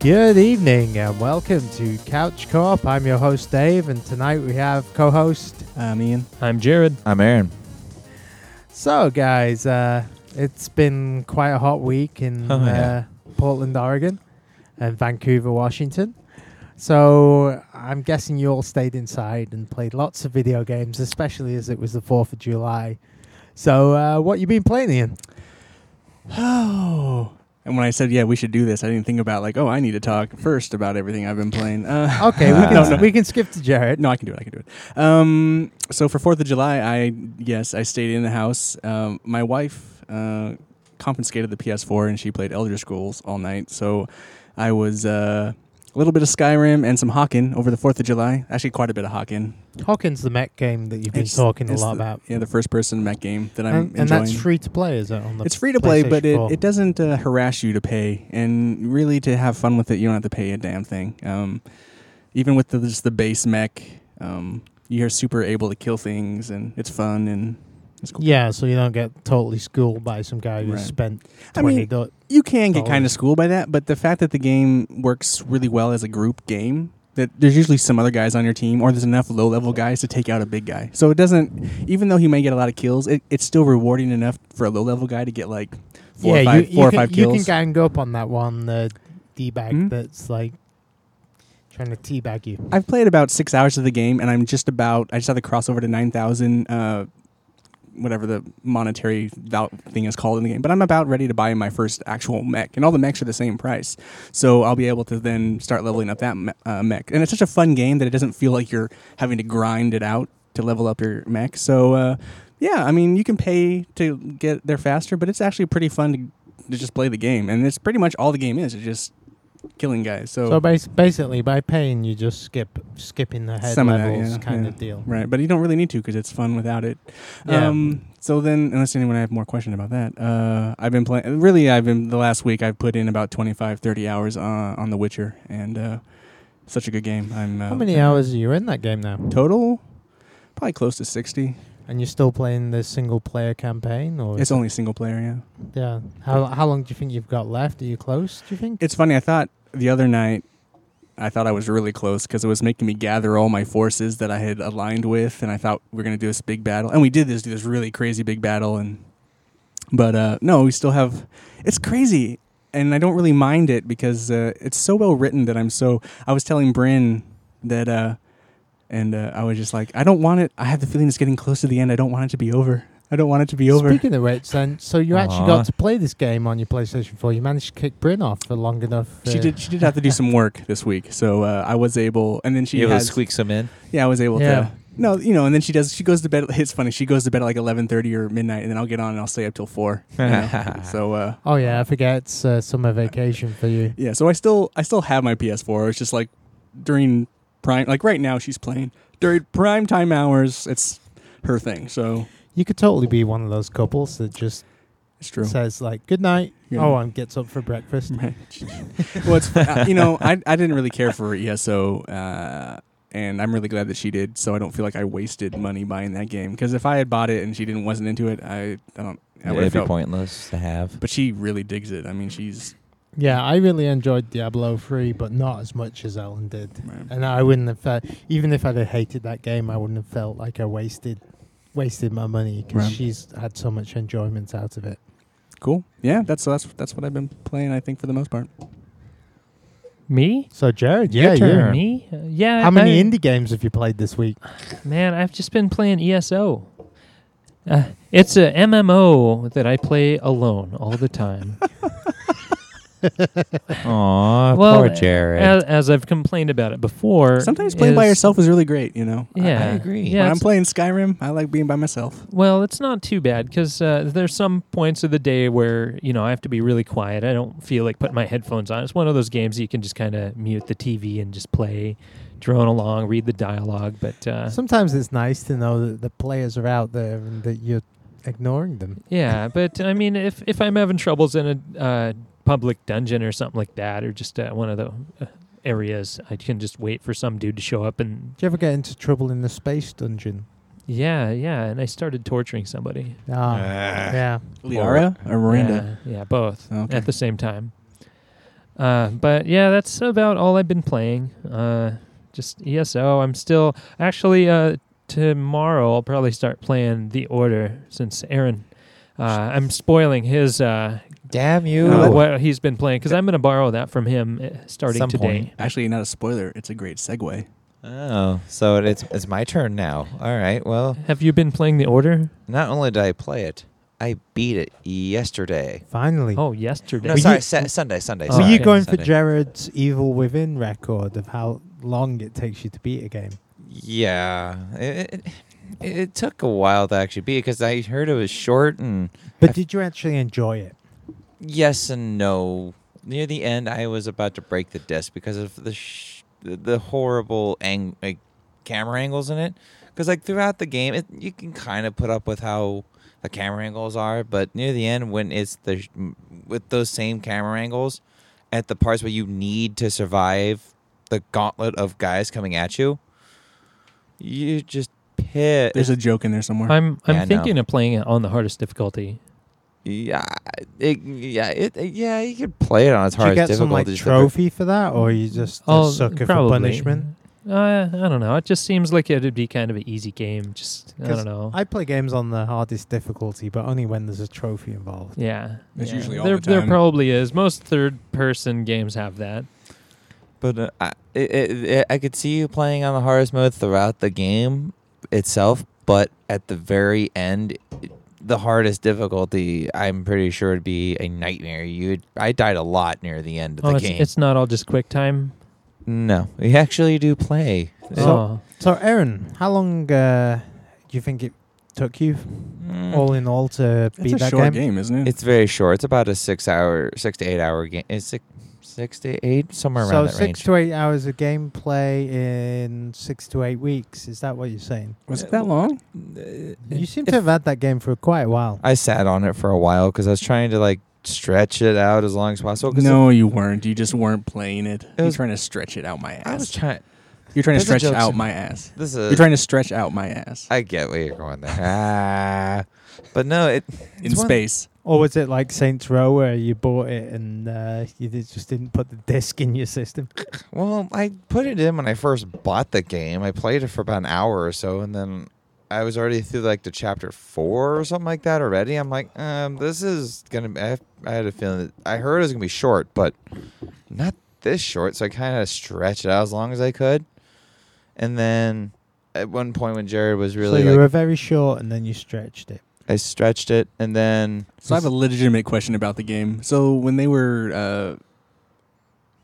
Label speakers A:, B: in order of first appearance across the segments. A: Good evening and welcome to Couch Corp. I'm your host Dave, and tonight we have co-host.
B: I'm Ian.
C: I'm Jared.
D: I'm Aaron.
A: So, guys, uh, it's been quite a hot week in
D: Oh, yeah.
A: uh, Portland, Oregon, and Vancouver, Washington. So, I'm guessing you all stayed inside and played lots of video games, especially as it was the Fourth of July. So, uh, what you been playing, Ian?
B: Oh. And when I said, yeah, we should do this, I didn't think about, like, oh, I need to talk first about everything I've been playing. Uh,
A: Okay, we can
B: No, no.
A: we can skip to Jared.
B: No, I can do it. I can do it. Um, so for 4th of July, I, yes, I stayed in the house. Um, my wife uh, confiscated the PS4 and she played Elder Scrolls all night. So I was uh, a little bit of Skyrim and some Hawken over the 4th of July. Actually, quite a bit of Hawken.
A: Hawkins, the mech game that you've been
B: It's-
A: talking a
B: it's
A: lot
B: the-
A: about,
B: Yeah, the first person mech game that I'm
A: and,
B: enjoying.
A: and that's free to play, is it? On the
B: it's free to play, but
A: PlayStation
B: it,
A: 4?
B: it doesn't uh, harass you to pay, and really to have fun with it, you don't have to pay a damn thing. Um, even with the, just the base mech, um, you're super able to kill things, and it's fun and it's cool.
A: Yeah, so you don't get totally schooled by some guy who
B: Right.
A: spent
B: I
A: twenty.
B: mean-
A: do-
B: You can get
A: Solid.
B: kind of schooled by that, but the fact that the game works really well as a group game. That there's usually some other guys on your team, or there's enough low level guys to take out a big guy. So it doesn't, even though he may get a lot of kills, it, it's still rewarding enough for a low level guy to get like four or five,
A: you,
B: four
A: you
B: or
A: can,
B: five
A: you
B: kills.
A: can gang up on that one uh, d bag
B: Hmm?
A: that's like trying to teabag you.
B: I've played about six hours of the game, and I'm just about. I just had to cross over to nine thousand, uh, whatever the monetary val- thing is called in the game. But I'm about ready to buy my first actual mech, and all the mechs are the same price, so I'll be able to then start leveling up that me- uh, mech. And it's such a fun game that it doesn't feel like you're having to grind it out to level up your mech. So uh, yeah, I mean, you can pay to get there faster, but it's actually pretty fun to, to just play the game, and it's pretty much all the game is. It's just killing guys.
A: So bas- basically, by paying, you just skip skipping the head
B: Some of that,
A: levels
B: yeah,
A: kind
B: yeah.
A: of deal.
B: Right, but you don't really need to because it's fun without it.
A: Yeah.
B: Um, so then, unless anyone have more question about that, uh, I've been playing. Really, I've been the last week. I've put in about 25, 30 hours uh, on The Witcher, and uh, such a good game. I'm uh,
A: How many hours are you in that game now?
B: total? Probably close to 60.
A: And you're still playing the single player campaign, or
B: It's only single player. Yeah.
A: yeah? How how long do you think you've got left? Are you close? Do you think?
B: It's funny. I thought the other night, I thought I was really close because it was making me gather all my forces that I had aligned with, and I thought we are gonna do this big battle, and we did this do this really crazy big battle, and but uh, no, we still have. It's crazy, and I don't really mind it because uh, it's so well written that I'm so. I was telling Bryn that. Uh, and uh, I was just like, I don't want it. I have the feeling it's getting close to the end. I don't want it to be over. I don't want it to be over.
A: Speaking of which, then, so you actually
D: Aw.
A: got to play this game on your PlayStation 4. You managed to kick Bryn off for long enough.
B: She
A: uh,
B: did. She did have to do some work this week, so uh, I was able. And then she
D: you able to
B: has,
D: squeak some in?
B: Yeah, I was able
A: Yeah.
B: to. No, you know, and then she does. She goes to bed. It's funny. She goes to bed at like eleven thirty or midnight, and then I'll get on and I'll stay up till four. you know? so uh,
A: Oh yeah, I forget it's uh, summer vacation for you.
B: yeah, so I still I still have my PS4. It's just like during prime, like right now she's playing during prime time hours. It's her thing, so
A: You could totally be one of those couples that just
B: it's true.
A: says like "good night,"
B: Yeah.
A: oh, and gets up for breakfast.
B: Right. well, it's uh, you know I I didn't really care for ESO, uh, and I'm really glad that she did. So I don't feel like I wasted money buying that game because if I had bought it and she didn't wasn't into it, I I don't. I would
D: It'd
B: have
D: be
B: felt
D: pointless to have.
B: but she really digs it. I mean, she's
A: Yeah, I really enjoyed Diablo 3, but not as much as Ellen did. And I wouldn't have felt, even if I'd have hated that game, I wouldn't have felt like I wasted wasted my money because
B: Right.
A: she's had so much enjoyment out of it.
B: cool. Yeah, that's that's that's what I've been playing. I think for the most part,
C: Me?
A: So Jared,
D: Your
A: yeah,
D: turn.
A: you.
C: Me? Uh, yeah.
A: How many
C: I-
A: indie games have you played this week?
C: Man, I've just been playing ESO. Uh, it's a MMO that I play alone all the time.
D: Aw,
C: Well,
D: Oh, poor
C: uh,
D: Jared.
C: as, as I've complained about it before.
B: sometimes playing by
C: is-
B: yourself is really great. You know,
C: Yeah,
D: I agree.
C: Yeah,
B: when I'm
C: it's-
B: playing Skyrim, I like being by myself.
C: Well, it's not too bad because uh, there's some points of the day where you know I have to be really quiet. I don't feel like putting my headphones on. It's one of those games you can just kind of mute the TV and just play, drone along, read the dialogue. But uh,
A: Sometimes it's nice to know that the players are out there and that you're ignoring them.
C: yeah, but I mean, if if I'm having troubles in a uh, public dungeon or something like that, or just uh, one of the uh, areas, I can just wait for some dude to show up and
A: Do you ever get into trouble in the space dungeon?
C: yeah, yeah. And I started torturing somebody.
A: Ah, yeah.
B: Liara or Miranda.
C: Yeah, yeah both
B: Okay.
C: at the same time. Uh, but yeah, that's about all I've been playing. Uh, just ESO. I'm still actually uh, tomorrow. I'll probably start playing The Order since Aaron. Uh, I'm spoiling his uh,
D: Damn you.
B: No.
C: what he's been playing because I'm going to borrow that from him uh, starting
D: Some
C: today.
D: point.
B: Actually, not a spoiler. It's a great segue.
D: Oh, so it- it's it's my turn now. All right. Well,
C: Have you been playing The Order?
D: not only did I play it, I beat it yesterday.
A: Finally.
C: Oh, yesterday.
D: No,
A: Were
D: sorry,
A: you-
D: Sa- Sunday, Sunday.
C: Oh,
A: Were
D: sorry,
A: you
C: okay.
A: going for
D: Sunday.
A: Jared's Evil Within record of how long it takes you to beat a game?
D: Yeah, it, it it took a while to actually beat because I heard it was short and
A: But
D: I-
A: did you actually enjoy it?
D: yes and no. Near the end, I was about to break the disc because of the sh- the horrible ang- like, camera angles in it. Because like throughout the game, it, you can kind of put up with how the camera angles are, but near the end, when it's the sh- m- with those same camera angles at the parts where you need to survive the gauntlet of guys coming at you, you just pit.
B: There's a joke in there somewhere.
C: I'm I'm
D: Yeah, I know.
C: thinking of playing it on the hardest difficulty.
D: Yeah, it, yeah, it, yeah. You could play it on as
A: Did
D: hard
A: you get
D: as
A: some
D: difficult.
A: like
D: as
A: trophy for that, or you just
C: Oh,
A: a sucker for punishment?
C: Uh, I don't know. It just seems like it'd be kind of an easy game. Just I
A: 'Cause
C: don't know.
A: I play games on the hardest difficulty, but only when there's a trophy involved.
C: yeah,
B: That's
C: yeah.
B: usually all
C: there.
B: the
C: There
B: time.
C: probably is. Most third-person games have that.
D: But uh, I, it, it, it, I could see you playing on the hardest mode throughout the game itself, but at the very end, the hardest difficulty, I'm pretty sure, would be a nightmare. You'd, I died a lot near the end of
C: Oh,
D: the
C: it's,
D: game.
C: it's not all just quick time.
D: no, we actually do play.
C: oh,
A: So, Aaron, how long uh, do you think it took you,
D: Mm.
A: all in all, to
B: it's
A: beat
B: a
A: that
B: short game,
A: game?
B: isn't it?
D: It's very short. It's about a six hour, six to eight hour game. It's six, six to eight, somewhere
A: So
D: around that
A: six
D: range.
A: to eight hours of gameplay in six to eight weeks. Is that what you're saying?
B: was it that long?
A: You seem to have had that game for quite a while.
D: Uh, I sat on it for a while because I was trying to like stretch it out as long as possible. 'cause
B: No, you weren't. You just weren't playing it. You're
D: was-
B: trying to stretch it out my ass.
D: I was trying.
B: You're trying to
D: There's a
B: stretch
D: joke
B: out
D: some-
B: my ass.
D: This is.
B: You're trying to stretch out my ass
D: I get where you're going there. Ah, but no, it
B: in space.
A: Or was it like Saints Row where you bought it and uh, you did, just didn't put the disc in your system?
D: Well, I put it in when I first bought the game. I played it for about an hour or so, and then I was already through like the chapter four or something like that already. I'm like, um, this is gonna. Be, I, I had a feeling that I heard it was gonna be short, but not this short. So I kind of stretched it out as long as I could, and then at one point when Jared was really
A: so you
D: like,
A: were very short and then you stretched it.
D: I stretched it, and then
B: So I have a legitimate question about the game. So when they were, uh,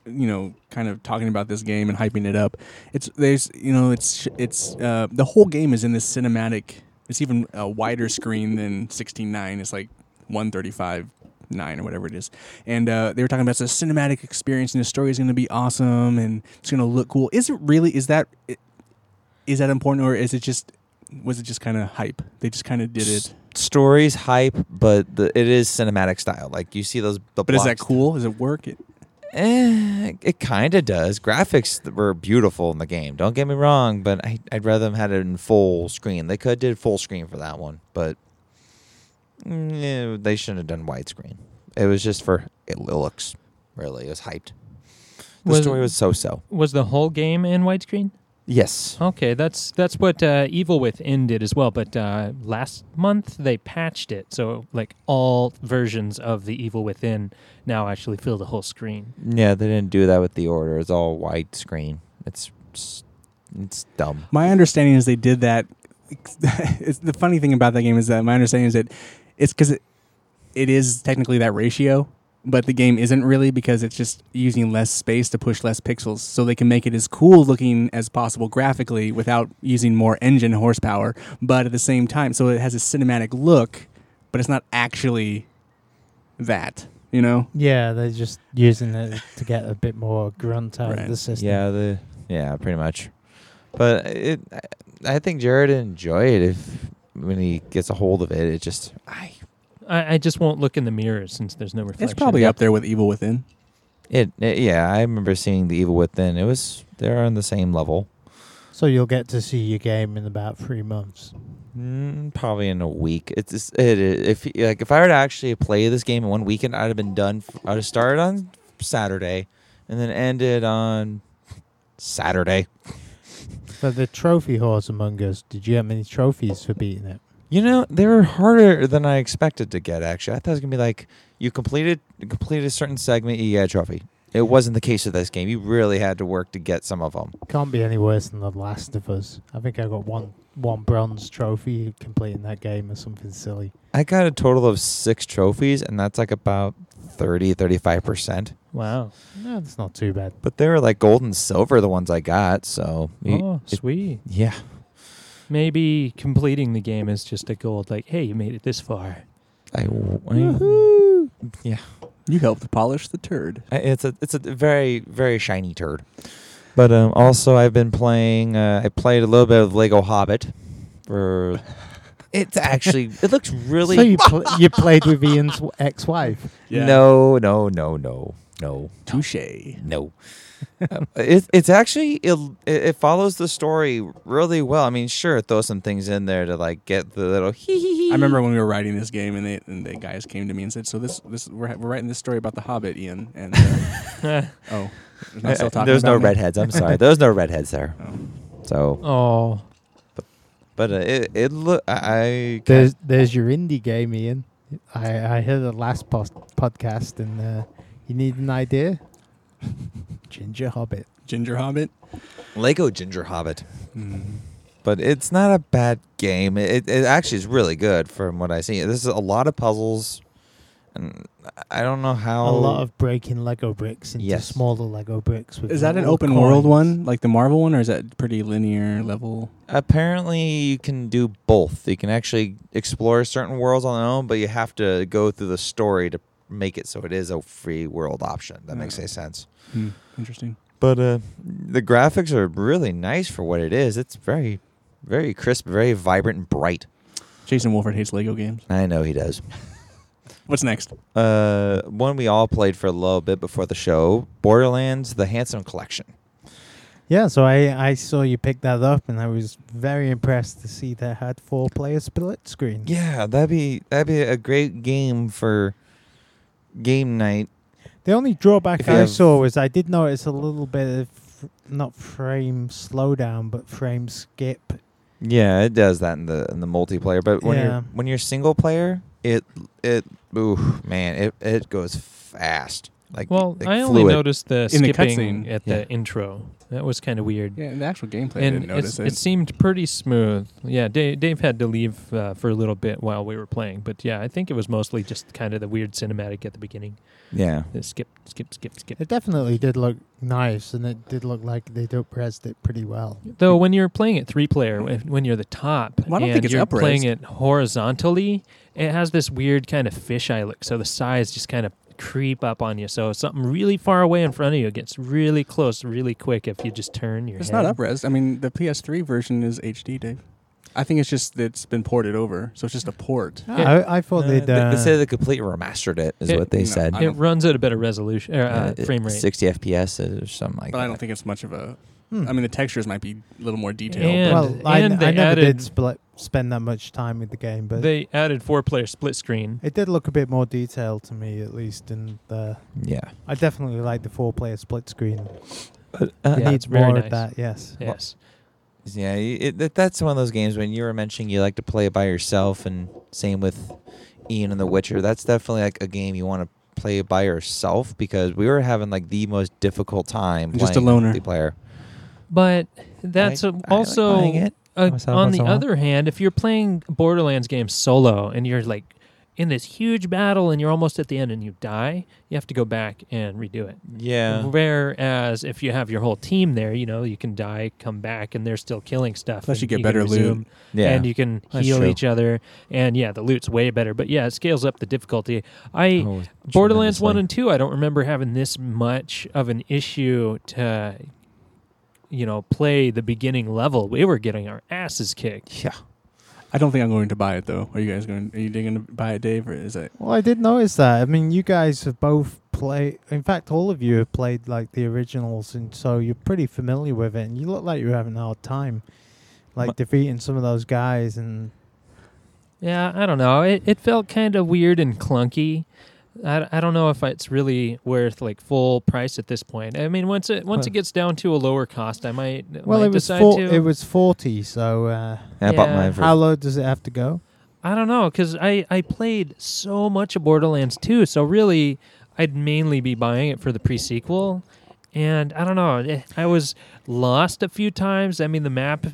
B: you know, kind of talking about this game and hyping it up, it's there's you know it's it's uh, the whole game is in this cinematic. It's even a wider screen than 16:9. It's like 135 nine or whatever it is and uh, they were talking about it's a cinematic experience and the story is going to be awesome and it's going to look cool is it really is that is that important or is it just was it just kind of hype they just kind of did it
D: S- stories hype, but the, it is cinematic style. Like you see those. The
B: but is that
D: blocks-
B: cool does it work it,
D: Eh, it kind of does. Graphics th- were beautiful in the game. Don't get me wrong, but I, I'd rather them had it in full screen. They could did full screen for that one, but mm, eh, they shouldn't have done widescreen. It was just for it looks. Really, it was hyped. The
C: Was-
D: story was so-so.
C: was the whole game in widescreen?
D: Yes.
C: Okay, that's that's what uh, Evil Within did as well. But uh, last month they patched it, so like all versions of the Evil Within now actually fill the whole screen.
D: Yeah, they didn't do that with the order. It's all widescreen. It's s- it's dumb.
B: My understanding is they did that. It's the funny thing about that game is that my understanding is that it's because it, it is technically that ratio, but the game isn't really because it's just using less space to push less pixels, so they can make it as cool looking as possible graphically without using more engine horsepower, but at the same time, so it has a cinematic look, but it's not actually that. You know,
A: Yeah, they're just using it to get a bit more grunt out
B: Right.
A: of the system.
D: Yeah, the yeah, pretty much. But it, I I think Jared would enjoy it if when he gets a hold of it. It just I
C: I, I just won't look in the mirror since there's no reflection.
B: it's probably up there with Evil Within.
D: it, it- yeah. I remember seeing the Evil Within. It was they're on the same level.
A: So you'll get to see your game in about three months.
D: Mm, probably in a week. It's just, it, it if like if I were to actually play this game in one weekend, I'd have been done. f- I'd have started on Saturday, and then ended on Saturday.
A: But the trophy horse among us, did you have many trophies for beating it?
D: You know, they were harder than I expected to get. Actually, I thought it was gonna be like you completed complete a certain segment, you get a trophy. It wasn't the case of this game. You really had to work to get some of them.
A: Can't be any worse than The Last of Us. I think I got one one bronze trophy completing that game or something silly.
D: I got a total of six trophies, and that's like about 30, 35%.
C: Wow.
A: No, that's not too bad.
D: But they were like gold and silver, the ones I got. So, y-
C: Oh,
D: it-
C: sweet.
D: yeah.
C: Maybe completing the game is just a goal. Like, hey, you made it this far.
D: I,
B: You helped polish the turd.
D: I- Uh, it's a it's a very very shiny turd. But um, also, I've been playing. Uh, I played a little bit of Lego Hobbit. For it's actually it looks really
A: So you pl- you played with Ian's ex wife?
D: no no no no no
B: Touche.
D: no. Um, it, it's actually it, it follows the story really well. I mean, sure, throw some things in there to like get the little hee hee hee.
B: I remember when we were writing this game, and, they, and the guys came to me and said, "So this, this we're, we're writing this story about the Hobbit, Ian." And uh, oh, there's no, still
D: Uh,
B: talking
D: There's no
B: about me?
D: redheads. I'm sorry. There's no redheads there. So,
C: oh.
D: but uh, it it look I I
A: There's there's your indie game, Ian. I I heard the last post- podcast, and uh, you need an idea. Ginger Hobbit.
B: Ginger Hobbit.
D: Lego Ginger Hobbit.
B: Mm.
D: But it's not a bad game. It it actually is really good from what I see. This is a lot of puzzles, and I don't know how
A: A lot of breaking Lego bricks into
D: Oh. Yes.
A: smaller Lego bricks. With
B: Is that an
A: little
B: open world
A: coins.
B: one, like the Marvel one, or is that pretty linear level?
D: Apparently, you can do both. You can actually explore certain worlds on their own, but you have to go through the story to make it so it is a free world option. That makes
B: Yeah.
D: any sense.
B: Hmm, interesting.
D: But uh, the graphics are really nice for what it is. It's very, very crisp, very vibrant and bright.
B: Jason Wolford hates Lego games.
D: I know he does.
B: What's next?
D: Uh, one we all played for a little bit before the show Borderlands, The Handsome Collection.
A: Yeah, so I, I saw you pick that up, and I was very impressed to see that had four player split screen.
D: Yeah, that'd be that'd be a great game for game night.
A: The only drawback
D: If you
A: I
D: have-
A: saw was I did notice a little bit of f- not frame slowdown, but frame skip.
D: Yeah, it does that in the in the multiplayer, but when
A: Yeah.
D: you're when you're single player, it it ooh man, it it goes fast. Like
C: Well,
D: like
C: I only
D: fluid.
C: noticed the
B: In the
C: skipping
B: cutscene.
C: at
D: Yeah.
C: the intro. That was kind of weird.
B: Yeah, in the actual gameplay, I
C: and
B: didn't notice
C: it's,
B: it.
C: it seemed pretty smooth. Yeah, Dave, Dave had to leave uh, for a little bit while we were playing, but yeah, I think it was mostly just kind of the weird cinematic at the beginning.
D: Yeah,
C: The skip, skip, skip, skip.
A: It definitely did look nice, and it did look like they depressed it pretty well.
C: Though when you're playing it three player, when you're the top
B: Well, I don't
C: and
B: think it's
C: you're
B: up-raised.
C: playing it horizontally, it has this weird kind of fisheye look. So the size just kind of creep up on you. So something really far away in front of you gets really close really quick if you just turn your
B: it's
C: head.
B: not upres. I mean, the PS3 version is HD, Dave. I think it's just that it's been ported over, so it's just a port.
C: Yeah.
A: I, I thought
D: Uh,
A: they'd.
D: they,
A: Uh,
D: they say they completely remastered it, is
C: It-
D: what they
B: No,
D: said.
B: I
C: It
B: don't-
C: runs at a better resolution, er,
D: Uh,
C: uh,
D: it-
C: frame rate.
D: 60 FPS or something like
B: But
D: that.
B: I don't think it's much of a.
A: hmm.
B: I mean, the textures might be a little more detailed.
C: And-
B: but
A: well, I,
C: and
A: I
C: they
A: never
C: added-
A: did split, spend that much time with the game, but
C: They added four player split screen.
A: it did look a bit more detailed to me, at least. And uh,
D: yeah.
A: I definitely like the four player split screen.
D: But, uh,
C: Yeah,
A: I
C: it's
A: need
C: very
A: more
C: nice.
A: of that. Yes.
C: Yes.
D: Yeah, y- it, that, that's one of those games when you were mentioning you like to play by yourself, and same with Ian and The Witcher. That's definitely like a game you want to play by yourself because we were having like the most difficult time.
B: Just a
D: playing
B: loner.
D: multiplayer.
C: But that's
D: I-
C: a-
D: I like
C: also
D: playing it
C: uh,
D: myself
C: on
D: once
C: the
D: in a while.
C: other hand, if you're playing Borderlands game solo and you're like in this huge battle and you're almost at the end and you die, you have to go back and redo it. Oh,
D: Yeah,
C: Whereas if you have your whole team there, you know, you can die, come back, and they're still killing stuff.
B: Plus
C: and
B: you get better
C: can
B: loot.
C: resume,
D: yeah.
C: And you can
D: That's
C: heal
D: true.
C: each other. And yeah, the loot's way better. But yeah, it scales up the difficulty. I
D: Oh,
C: Borderlands 1
D: tremendously.
C: and 2, I don't remember having this much of an issue to, you know, play the beginning level. We were getting our asses kicked.
D: yeah.
B: I don't think I'm going to buy it though. Are you guys going? Are you going to buy it, Dave, or is it?
A: Well, I did notice that. I mean, you guys have both played. In fact, all of you have played like the originals, and so you're pretty familiar with it. And you look like you're having a hard time, like
D: Ma-
A: defeating some of those guys. And
C: Yeah, I don't know. It, it felt kind of weird and clunky. I, I don't know if it's really worth like full price at this point. I mean, once it once it gets down to a lower cost, I might
A: Well,
C: might
A: it was
C: decide
A: four,
C: to.
A: it was forty. So uh,
D: I bought
C: Yeah.
D: mine for
A: how low does it have to go?
C: I don't know because I I played so much of Borderlands 2, so really I'd mainly be buying it for the pre sequel, and I don't know. eh, I was lost a few times. I mean, the map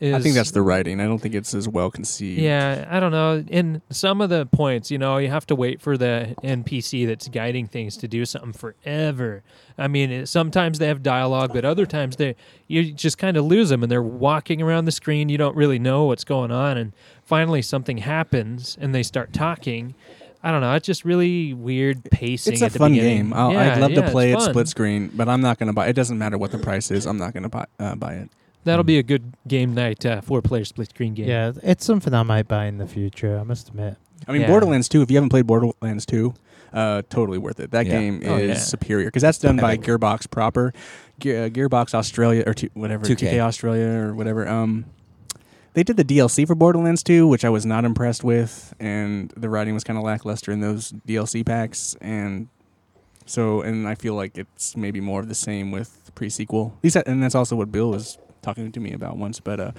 C: is
B: I think that's the writing. I don't think it's as well conceived.
C: Yeah, I don't know. In some of the points, you know, you have to wait for the NPC that's guiding things to do something forever. I mean, it- sometimes they have dialogue, but other times they you just kind of lose them, and they're walking around the screen. You don't really know what's going on, and finally something happens, and they start talking. I don't know. It's just really weird pacing.
B: It's a
C: at the
B: fun
C: beginning.
B: game. I'll,
C: Yeah,
B: I'd love
C: yeah,
B: to
C: it's
B: play it
C: fun.
B: split screen, but I'm not going to buy. It doesn't matter what the price is. I'm not going to buy uh, buy it.
C: That'll be a good game night, uh, four player split screen game.
A: Yeah, it's something I might buy in the future. I must admit.
B: I mean,
C: Yeah.
B: Borderlands 2. If you haven't played Borderlands 2, uh, totally worth it. That
D: Yeah.
B: game
C: Oh,
B: is
C: yeah.
B: superior because that's done by
D: Epic.
B: Gearbox proper, Ge- uh, Gearbox Australia or two, whatever
D: 2K.
B: 2K. Australia or whatever. Um, they did the DLC for Borderlands 2, which I was not impressed with, and the writing was kind of lackluster in those DLC packs, and so and I feel like it's maybe more of the same with pre sequel. At least, that- and that's also what Bill was talking to me about once, but. uh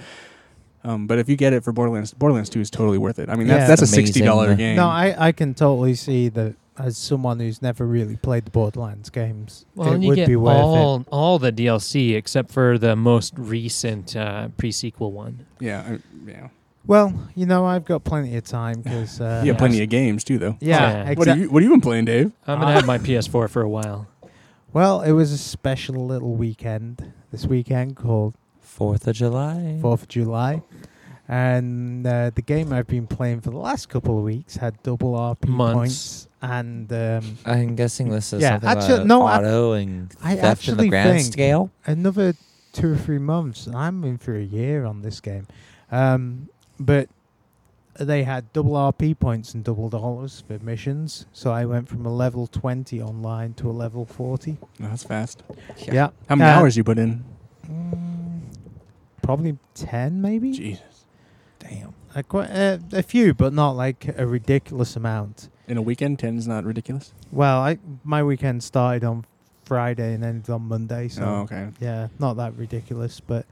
B: um, but if you get it for Borderlands, Borderlands Two is totally worth it. I mean,
A: Yeah.
B: that's, that's a
D: Amazing.
B: sixty dollar game.
A: No, I, I can totally see that as someone who's never really played the Borderlands games,
C: Well,
A: it
C: and you
A: would
C: get
A: be worth it.
C: all all the DLC except for the most recent uh, pre sequel one.
B: Yeah, I, yeah.
A: Well, you know, I've got plenty of time because uh,
B: you
C: Yeah.
B: have plenty of games too, though.
A: Yeah,
C: Yeah.
A: exactly.
B: What are you What have you been playing, Dave?
C: I'm gonna
A: Ah.
C: have my PS4 for a while.
A: Well, it was a special little weekend this weekend called
D: Fourth of July.
A: Fourth of July, and uh, the game I've been playing for the last couple of weeks had double RP
C: Months.
A: points, and um,
D: I'm guessing this is
A: Yeah,
D: something
A: actu-
D: about
A: no, I-
D: auto and
A: I
D: theft in the
A: actually
D: grand
A: think-
D: scale.
A: another two or three months, and I'm in for a year on this game. Um, but they had double RP points and double dollars for missions, so I went from a level 20 online to a level 40.
B: No, Oh, that's fast.
A: Yeah.
B: How many
A: Uh,
B: hours you put in?
A: Mm, probably 10, maybe?
B: Jesus,
D: Damn.
A: Uh, quite, uh, a few, but not like a ridiculous amount.
B: in a weekend, ten is not ridiculous.
A: Well, I my weekend started on Friday and ended on Monday, so
B: oh, okay.
A: yeah, not that ridiculous, but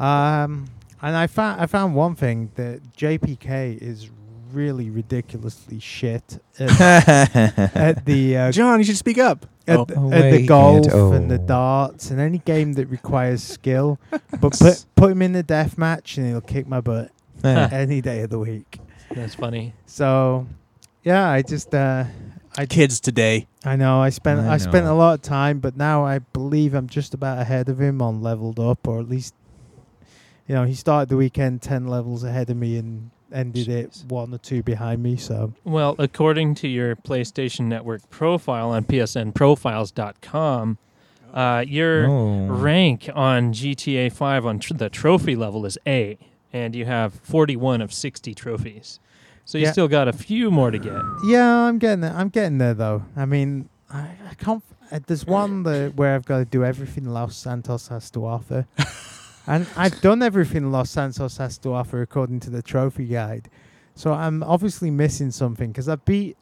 A: um, and I found I found one thing that JPK is really ridiculously shit at, at the uh,
B: John, you should speak up.
A: at,
B: Oh.
A: the-
D: Oh,
A: at
D: wait,
A: the
D: kid,
A: golf
D: oh.
A: and the darts and any game that requires skill. But put put him in a death match and he'll kick my butt
D: Yeah.
A: any day of the week.
C: That's funny.
A: So yeah, I just uh, I
B: Kids today.
A: I know I spent I,
D: I
A: spent a
D: know.
A: lot of time, but now I believe I'm just about ahead of him on leveled up, or at least, you know, he started the weekend ten levels ahead of me and ended it one or two behind me. So
C: Well, according to your PlayStation Network profile on PSNProfiles.com, uh, your
D: Oh.
C: rank on GTA 5 on tr- the trophy level is A, and you have 41 of 60 trophies. So you
A: Yeah.
C: still got a few more to get.
A: yeah, I'm getting there. I'm getting there though. I mean, I, I can't. Uh, there's one that where I've got to do everything Los Santos has to offer, and I've done everything Los Santos has to offer according to the trophy guide. So I'm obviously missing something because I beat,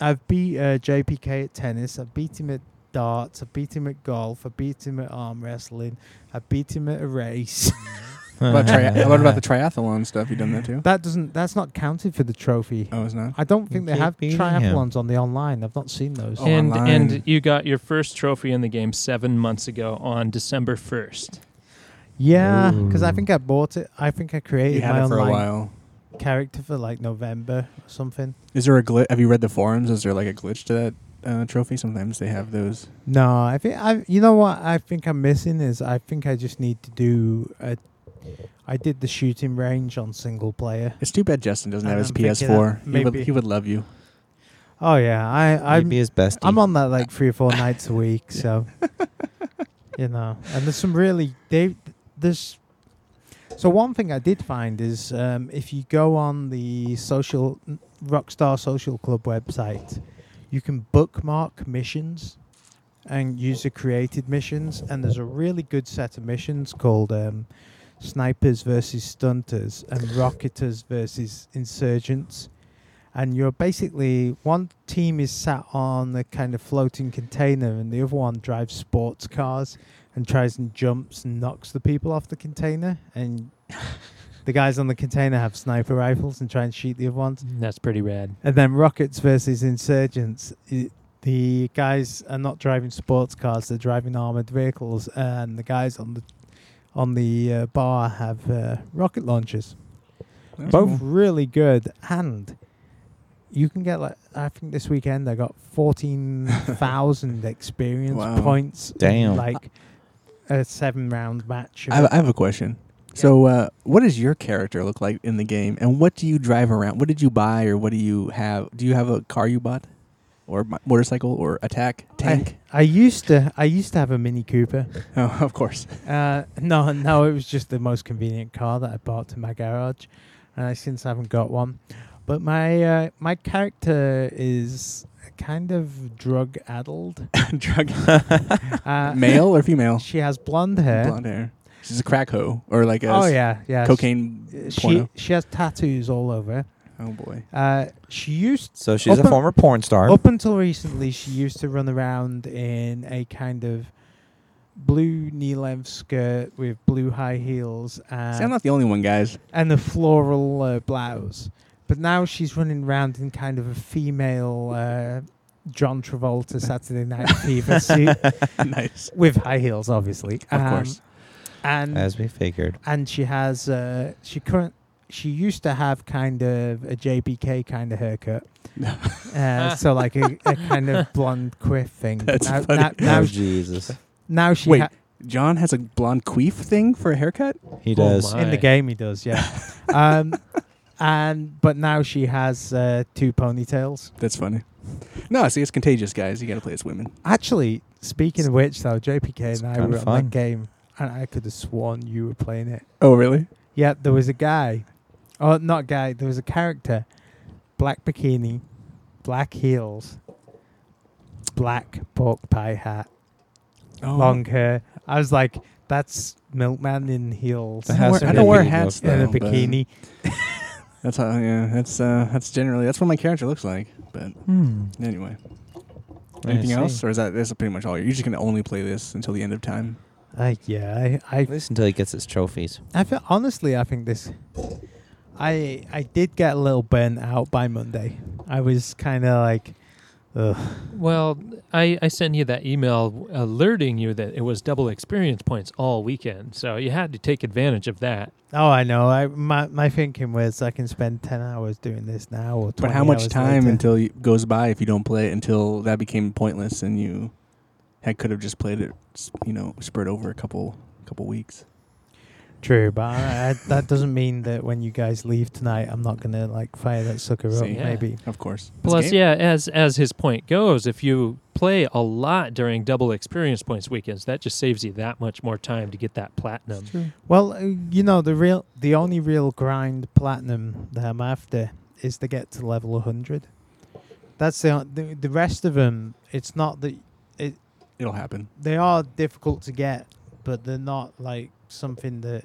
A: I've beat uh, JPK at tennis. I beat him at darts. I beat him at golf. I beat him at arm wrestling. I beat him at a race.
B: What about, tri- what about the triathlon stuff? You done that too?
A: that doesn't. That's not counted for the trophy.
B: Oh, it's not.
A: I don't think they
D: Keep
A: have
D: beating him.
A: triathlons on the online. I've not seen those.
B: Oh,
C: and
B: online.
C: and you got your first trophy in the game seven months ago on December 1st.
A: Yeah, because I
D: Ooh.
A: think I bought it. I think I created my
B: You had it for a
A: online
B: while.
A: character for like November or something.
B: Is there a glitch? Have you read the forums? Is there like a glitch to that uh, trophy? Sometimes they have those.
A: No, I think I. You know what? I think I'm missing is I think I just need to do. A, I did the shooting range on single player.
B: It's too bad Justin doesn't
A: I
B: have his
A: don't think it-
B: PS4. He would,
A: maybe.
B: he would love you.
A: Oh yeah, I
D: I'd
A: I'm
D: be his bestie.
A: I'm on that like three or four nights a week, so you know. And there's some really they there's. So one thing I did find is um, if you go on the social Rockstar Social Club website, you can bookmark missions and user created missions, and there's a really good set of missions called um, Snipers versus Stunters and Rocketers versus Insurgents. and you're basically one team is sat on a kind of floating container, and the other one drives sports cars and tries and jumps and knocks the people off the container, and the guys on the container have sniper rifles and try and shoot the other ones.
C: That's pretty rad.
A: And then Rockets versus Insurgents. I the guys are not driving sports cars; they're driving armored vehicles, and the guys on the on the uh, bar have uh, rocket launchers.
B: That's
A: Both
B: cool.
A: really good, and you can get like I think this weekend I got fourteen thousand experience
B: Wow.
A: points. in,
D: Damn.
A: Like a seven round match. of
B: I have, I have a question. So, uh, what does your character look like in the game, and what do you drive around? What did you buy, or what do you have? Do you have a car you bought, or mi- motorcycle, or attack tank?
A: I, I used to I used to have a Mini Cooper.
B: oh, of course.
A: Uh, no, no, it was just the most convenient car that I bought to my garage, and I since haven't got one. But my uh, my character is kind of drug addled.
B: Drug
A: Uh,
B: male or female?
A: She has blonde hair.
B: Blonde hair. She's a crack hoe, or like a
A: oh
B: s-
A: yeah, yeah.
B: cocaine
A: She
B: porno.
A: she has tattoos all over.
B: Oh boy.
A: Uh, she used
D: So she's
A: Open-
D: a former porn star.
A: Up until recently, she used to run around in a kind of blue knee-length skirt with blue high heels and
B: See, I'm not the only one, guys.
A: and a floral uh, blouse. But now she's running around in kind of a female uh, John Travolta Saturday Night Fever suit
B: nice.
A: with high heels, obviously.
B: Of
A: Um,
B: course. Uh,
A: And
D: As we figured.
A: and she has uh, she current she used to have kind of a JBK kind of haircut. uh, so like a, a kind of blonde quiff thing.
B: That's
A: now,
B: funny.
A: now- now,
D: oh,
A: she-
D: Jesus.
A: now she
B: Wait.
A: ha-
B: John has a blonde queef thing for a haircut.
D: He
C: Oh
D: does.
C: my.
A: in the
C: Right.
A: game he does, yeah. um, and but now she has uh, two ponytails.
B: That's funny. No, see, it's contagious, guys. You got to play as women.
A: Actually, speaking of which, though, JPK
D: It's
A: and I
D: kinda
A: were on
D: fun.
A: that game, and I could have sworn you were playing it.
B: Oh, really?
A: Yeah, there was a guy, oh, not a guy. There was a character, black bikini, black heels, black pork pie hat,
B: Oh.
A: long hair. I was like, that's Milkman in heels
D: That
B: I don't
D: has
B: wear-
D: to
B: I
D: be
B: don't
D: a
B: wear
D: good
B: hats
D: look,
A: in
B: though,
A: a
D: though.
B: but-
A: bikini.
B: That's how. Yeah. That's uh. That's generally. That's what my character looks like. But
C: Hmm.
B: anyway.
D: I
B: Anything
D: see.
B: else, or is that that's pretty much all? You're just gonna only play this until the end of time.
A: Uh, yeah, I, I
D: At least until he gets his trophies.
A: I feel, honestly, I think this. I I did get a little burnt out by Monday. I was kind of like, ugh.
C: Well, I, I sent you that email alerting you that it was double experience points all weekend. So you had to take advantage of that.
A: Oh, I know. I my my thinking was I can spend ten hours doing this now or. 20
B: But how much
A: hours
B: time
A: later.
B: until you, goes by if you don't play it until that became pointless and you had could have just played it, s- you know, spread over a couple couple weeks.
A: True, but I, I, that doesn't mean that when you guys leave tonight, I'm not gonna like fire that sucker up.
B: See?
C: Yeah.
A: Maybe.
B: Of course. This
C: Plus,
B: game-
C: yeah, as as his point goes, if you play a lot during double experience points weekends, that just saves you that much more time to get that platinum.
A: Well, uh, you know the real, the only real grind platinum that I'm after is to get to level 100. That's the on- the, the rest of them. It's not that it,
B: it'll happen.
A: they are difficult to get, but they're not like something that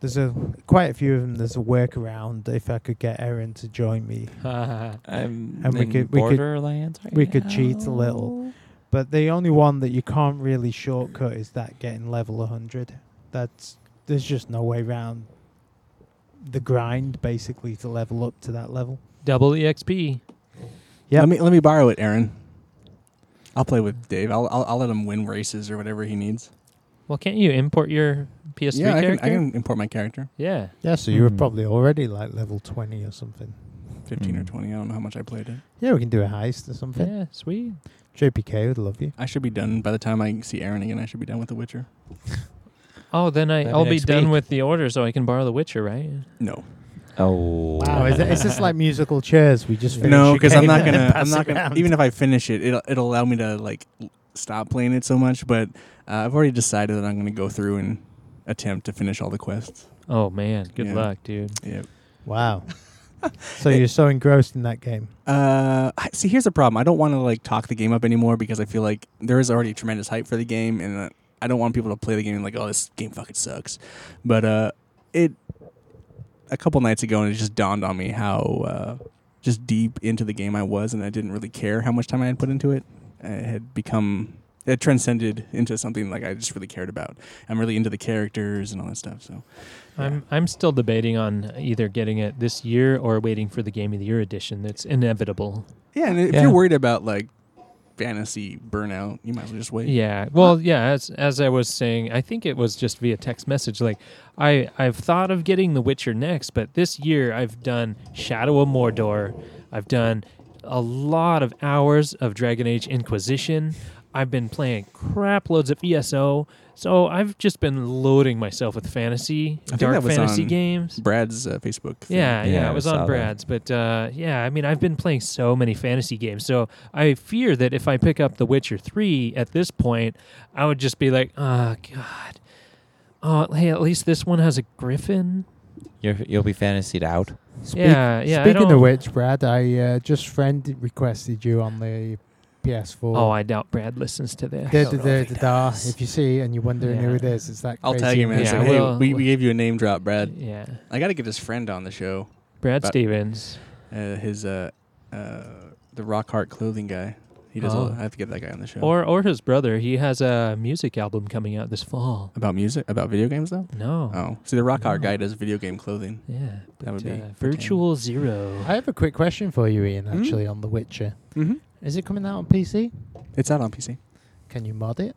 A: there's a quite a few of them. There's a workaround. If I could get Erin to join me,
D: I'm
A: And we
D: Um, in
A: could- we could-
D: borderlands right
A: we could cheat a
D: now.
A: little. but the only one that you can't really shortcut is that getting level 100. That's there's just no way around the grind basically to level up to that level.
C: double E exp.
A: Yeah.
B: Let me let me borrow it, Aaron. I'll play with Dave. I'll I'll, I'll let him win races or whatever he needs.
C: Well, can't you import your PS3
B: yeah, I can,
C: character?
B: I can import my character.
C: Yeah.
A: Yeah, so you were
D: Hmm.
A: probably already like level 20 or something.
B: 15
A: Hmm.
B: or
D: Mm.
B: 20. I don't know how much I played it.
A: Yeah, we can do a heist or something.
C: Yeah, sweet.
A: JPK would love you.
B: I should be done by the time I see Aaron again. I should be done with The Witcher.
C: Oh, then I,
D: Maybe
C: I'll be
D: next
C: done
D: week.
C: with the order so I can borrow The Witcher, right?
B: No,
D: Oh.
A: Wow, is, it, is this like musical chairs? We just finish
B: no,
A: a
B: because I'm
A: game
B: not
A: and then
B: gonna. I'm
A: pass
B: not
A: it
B: gonna.
A: round?
B: Even if I finish it, it'll it'll allow me to like l- stop playing it so much. But uh, I've already decided that I'm gonna go through and attempt to finish all the quests.
C: Oh, man. Good
B: Yeah.
C: luck, dude.
B: Yeah.
A: Wow. so you're so engrossed in that game.
B: Uh, I- see, here's the problem. I don't want to like talk the game up anymore because I feel like there is already tremendous hype for the game, and uh, I don't want people to play the game and like, oh, this game fucking sucks. But uh, it a couple nights ago, and it just dawned on me how uh, just deep into the game I was, and I didn't really care how much time I had put into it. It had become it transcended into something like I just really cared about. I'm really into the characters and all that stuff. So
C: I'm I'm still debating on either getting it this year or waiting for the Game of the Year edition. That's inevitable.
B: yeah, and if
D: Yeah.
B: you're worried about like fantasy burnout, you might as well just wait.
C: Yeah. Well, yeah, as as I was saying, I think it was just via text message like I I've thought of getting The Witcher next, but this year I've done Shadow of Mordor. I've done a lot of hours of Dragon Age Inquisition. I've been playing crap loads of ESO. So I've just been loading myself with fantasy,
B: think
C: dark
B: that was
C: fantasy
B: on
C: games.
B: Brad's uh, Facebook. thing.
C: Yeah, yeah,
D: Yeah,
C: it was
D: I saw
C: on
D: that.
C: Brad's, but uh, yeah, I mean, I've been playing so many fantasy games, so I fear that if I pick up The Witcher three at this point, I would just be like, oh god, oh hey, at least this one has a griffin.
D: You're, you'll be fantasied out.
A: Speak-
C: yeah, yeah. I
A: Speaking
C: don't-
A: of which, Brad, I uh, just friend requested you on the PS4.
C: oh, I doubt Brad listens to this.
A: Da,
B: don't
A: da,
B: know
A: da,
B: if he
A: da, da.
B: does.
A: If you see and you're wondering who
C: Yeah.
A: it is, it's that
B: I'll
A: crazy
B: tag him in. and
C: Yeah,
B: say,
A: man.
B: hey,
C: well-
B: we, we gave you a name drop, Brad.
C: Yeah,
B: I got to get his friend on the show.
C: Brad
B: But-
C: Stevens.
B: Uh, his uh, uh, the Rockhart clothing guy. He does.
C: Oh.
B: All, I have to get that guy on the show.
C: Or or his brother. He has a music album coming out this fall.
B: about music, about video games though.
C: No.
B: Oh, see, the Rockhart
C: No.
B: guy does video game clothing.
C: Yeah.
B: That would
C: but,
B: be
C: uh, Virtual Zero.
A: I have a quick question for you, Ian,
B: Hmm?
A: actually, on The Witcher.
B: Mm-hmm.
A: Is it coming out on PC?
B: It's out on PC.
A: Can you mod it?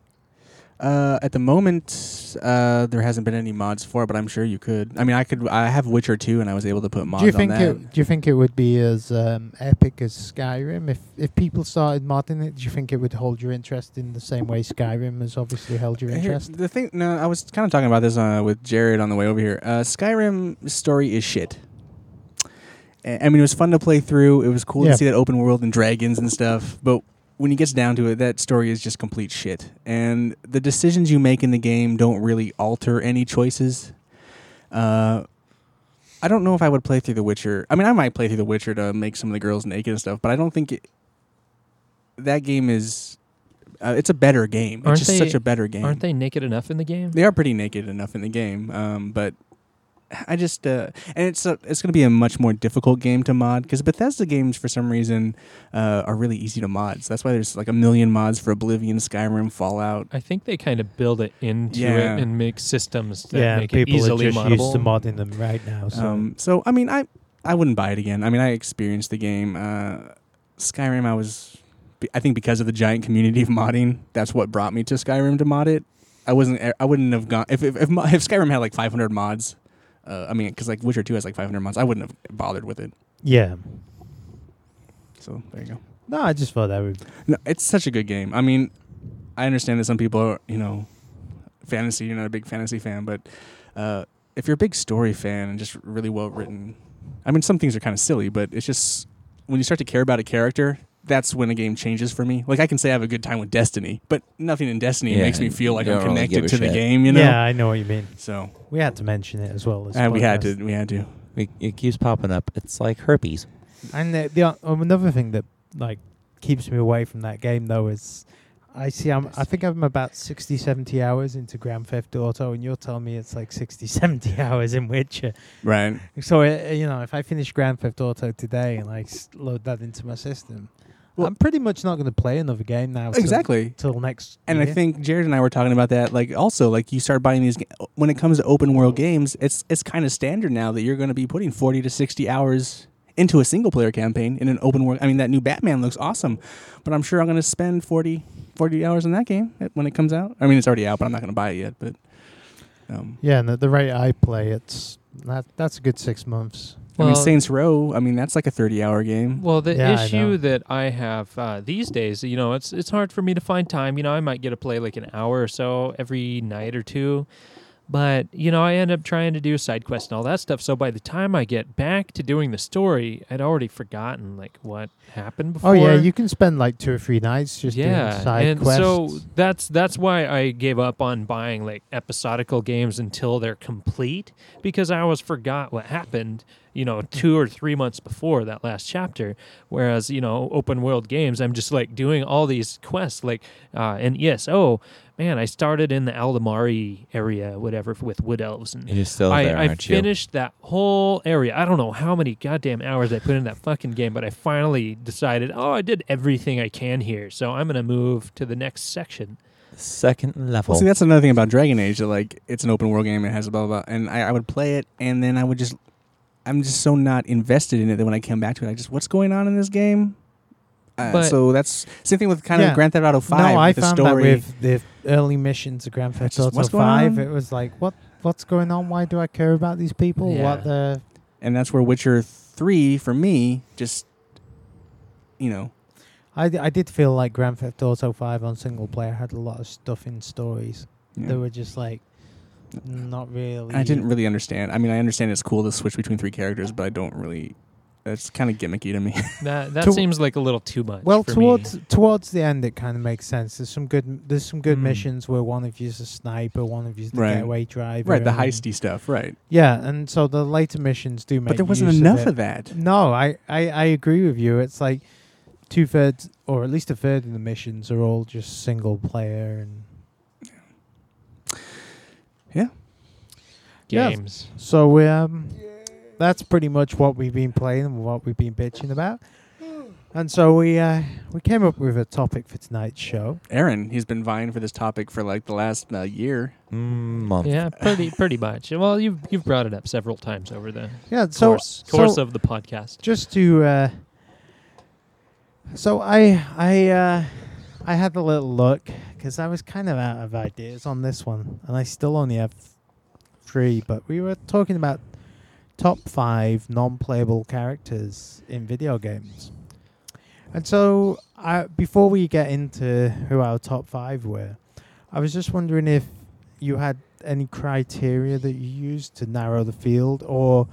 B: Uh, at the moment, uh, there hasn't been any mods for it, but I'm sure you could. I mean, I could. I have Witcher 2, and I was able to put mods
A: Do you think
B: on that.
A: it? Do you think it would be as um, epic as Skyrim? If if people started modding it, do you think it would hold your interest in the same way Skyrim has obviously held your
B: Here-
A: interest?
B: the thing, no, I was kind of talking about this uh, with Jared on the way over here. Uh, Skyrim story is shit. A- I mean, it was fun to play through. It was cool
A: Yeah.
B: to see that open world and dragons and stuff. But when it gets down to it, that story is just complete shit. And the decisions you make in the game don't really alter any choices. Uh, I don't know if I would play through The Witcher. I mean, I might play through The Witcher to make some of the girls naked and stuff, but I don't think it, that game is. Uh, it's a better game.
C: Aren't
B: it's just
C: they-
B: such a better game
C: Aren't they naked enough in the game?
B: they are pretty naked enough in the game, um, but I just uh, and it's a, it's going to be a much more difficult game to mod because Bethesda games for some reason uh, are really easy to mod. So that's why there's like a million mods for Oblivion, Skyrim, Fallout.
C: I think they kind of build it into
B: Yeah.
C: it and make systems that make it easily moddable.
A: modding them right now.
B: Um, so I mean, I I wouldn't buy it again. I mean, I experienced the game uh, Skyrim. I was I think because of the giant community of modding, that's what brought me to Skyrim to mod it. I wasn't I wouldn't have gone if if if, mo- if Skyrim had like 500 mods. Uh, I mean, because like Witcher 2 has like 500 mods, I wouldn't have bothered with it.
A: yeah.
B: So there you go.
A: No, I just thought that would.
B: No, it's such a good game. I mean, I understand that some people are, you know, fantasy, you're not a big fantasy fan, but uh, if you're a big story fan and just really well written, I mean, some things are kind of silly, but it's just when you start to care about a character, that's when a game changes for me. Like, I can say I have a good time with Destiny, but nothing in Destiny
D: Yeah,
B: makes me feel like
D: you
B: I'm
D: don't really
B: connected to
D: give a
B: the
D: shit.
B: game, you know?
A: I know what you mean.
B: So
A: We had to mention it as well. As
B: uh, we had to, we had to.
D: It, it keeps popping up. It's like herpes.
A: And the, the o- um, another thing that like keeps me away from that game though is I see I'm I think I'm about 60 70 hours into Grand Theft Auto and you're telling me it's like 60 70 hours in Witcher.
B: Right.
A: So uh, you know, if I finish Grand Theft Auto today and I s- load that into my system,
B: Well-
A: I'm pretty much not going to play another game now till-
B: Exactly.
A: till, next
B: And I
A: year.
B: think Jared and I were talking about that. Like, also, like you start buying these ga- when it comes to open world games, it's it's kind of standard now that you're going to be putting forty to sixty hours into a single player campaign in an open world. I mean, that new Batman looks awesome, but I'm sure I'm going to spend 40, 40 hours on that game at- when it comes out. I mean, it's already out, but I'm not going to buy it yet. But um,
A: yeah, and at the rate I play it's that that's a good 6 months.
B: I mean,
C: Well-
B: Saints Row. I mean, that's like a thirty hour game.
C: Well, the
A: Yeah, I
C: issue
A: know.
C: that I have uh, these days, you know, it's it's hard for me to find time. You know, I might get to play like an hour or so every night or two, but you know, I end up trying to do side quests and all that stuff. So by the time I get back to doing the story, I'd already forgotten like what happened before.
A: Oh yeah, you can spend like 2 or 3 nights just doing side
C: and
A: quests.
C: so that's that's why I gave up on buying like episodical games until they're complete because I always forgot what happened. you know,
A: Mm-hmm.
C: two or three months before that last chapter. Whereas, you know, open world games, I'm just like doing all these quests, like, uh, and yes, oh man, I started in the Aldemari area, whatever, with wood elves, and
D: You're still
C: I,
D: there,
C: I
D: aren't you?
C: finished that whole area. I don't know how many goddamn hours I put in that fucking game, but I finally decided, oh, I did everything I can here, so I'm gonna move to the next section.
D: Second level.
B: Well, see, that's another thing about Dragon Age. That, like, it's an open world game. It has blah blah, blah and I, I would play it, and then I would just, I'm just so not invested in it that when I come back to it, I just, what's going on in this game? Uh,
C: But-
B: so that's same thing with kind of
A: Yeah.
B: Grand Theft Auto Five.
A: no, I
B: with the
A: found
B: story.
A: that with the early missions of Grand Theft
B: just,
A: Auto
B: "What's going
A: Five,
B: on?"
A: it was like, what what's going on? Why do I care about these people?
C: Yeah.
A: What the?
B: and that's where Witcher Three for me just, you know,
A: I, d- I did feel like Grand Theft Auto Five on single player had a lot of stuff in stories
B: yeah.
A: that were just like not really.
B: I didn't really understand. I mean, I understand it's cool to switch between three characters, but I don't really. It's kind of gimmicky to me.
C: That that
A: To-
C: seems like a little too much.
A: Well,
C: for
A: towards
C: me.
A: towards the end, it kind of makes sense. There's some good there's some good
C: Mm.
A: missions where one of you's a sniper, one of you's the
B: Right.
A: getaway driver,
B: right, the
A: and-
B: heisty stuff. Right,
A: Yeah, and so the later missions do make.
B: but there wasn't
A: use
B: enough
A: it.
B: of, that.
A: No, I, I, I agree with you. It's like two thirds, or at least a third of the missions are all just single player. And yeah.
C: games.
A: so we um, that's pretty much what we've been playing and what we've been bitching about. And so we uh, we came up with a topic for tonight's show.
B: Aaron, he's been vying for this topic for like the last uh, year.
D: Mm, month.
C: Yeah, pretty pretty much. Well, you've you've brought it up several times over the
A: Yeah, so
C: course course
A: so-
C: of the podcast.
A: just to uh, so I I uh, I had a little look because I was kind of out of ideas on this one, and I still only have three. But we were talking about top five non-playable characters in video games, and so I, before we get into who our top five were, I was just wondering if you had any criteria that you used to narrow the field, or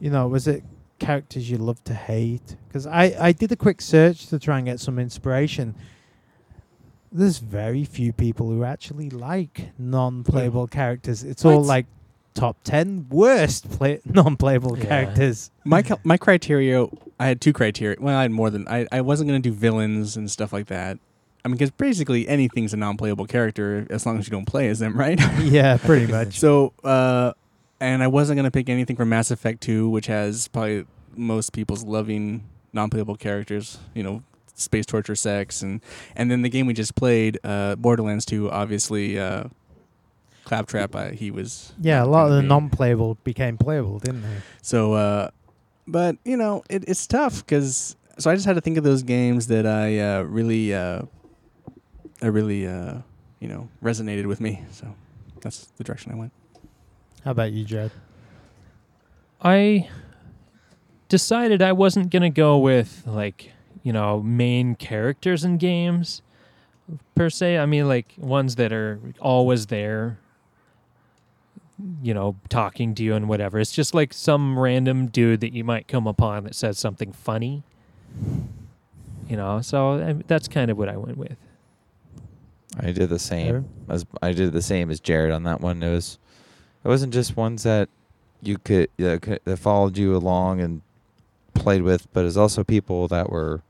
A: you know, was it characters you love to hate? Because I, I did a quick search to try and get some inspiration. There's very few people who actually like non-playable characters. It's all
B: What?
A: like top ten worst play- non-playable
C: Yeah.
A: characters.
B: My cal- my criteria, I had two criteria. Well, I had more than I. I wasn't gonna do villains and stuff like that. I mean, because basically anything's a non-playable character as long as you don't play as them, right?
A: yeah, pretty much.
B: So, uh, and I wasn't gonna pick anything from Mass Effect Two, which has probably most people's loving non-playable characters. You know, space torture, sex, and and then the game we just played, uh, Borderlands Two, obviously, uh, Claptrap. I, he was
A: Yeah, a lot of the
B: Yeah.
A: non-playable became playable, didn't they?
B: so. Uh, but you know, it, it's tough because so I just had to think of those games that I uh, really, uh, I really, uh, you know, resonated with me. So that's the direction I went.
A: How about you, Jared?
C: I decided I wasn't gonna go with like you know main characters in games per se. I mean, like ones that are always there, you know, talking to you and whatever. It's just like some random dude that you might come upon that says something funny. You know, so I, that's kind of what I went with.
D: I did the same
A: Aaron?
D: as I did the same as Jared on that one. It was it wasn't just ones that you could that, could- that followed you along and played with, but it's also people that were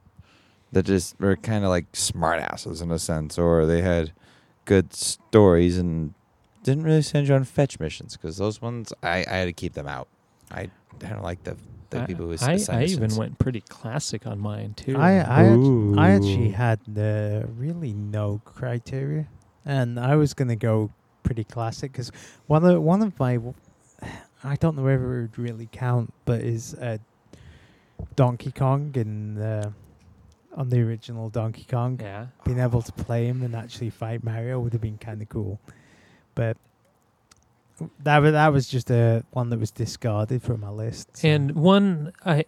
D: that just were kind of like smartasses in a sense, or they had good stories and didn't really send you on fetch missions because those ones I, I had to keep them out. I, I don't like the the
C: I,
D: people who
C: I,
D: assign
C: I even
D: missions.
C: went pretty classic on mine too.
A: I I, act- I actually
D: Ooh.
A: had uh, really no criteria, and I was gonna go pretty classic because one of one of my w- I don't know whether it would really count, but is uh, Donkey Kong in uh, on the original Donkey Kong
C: yeah.
A: being able to play him and actually fight Mario would have been kind of cool, but that was, that was just a one that was discarded from my list. so-
C: And one, I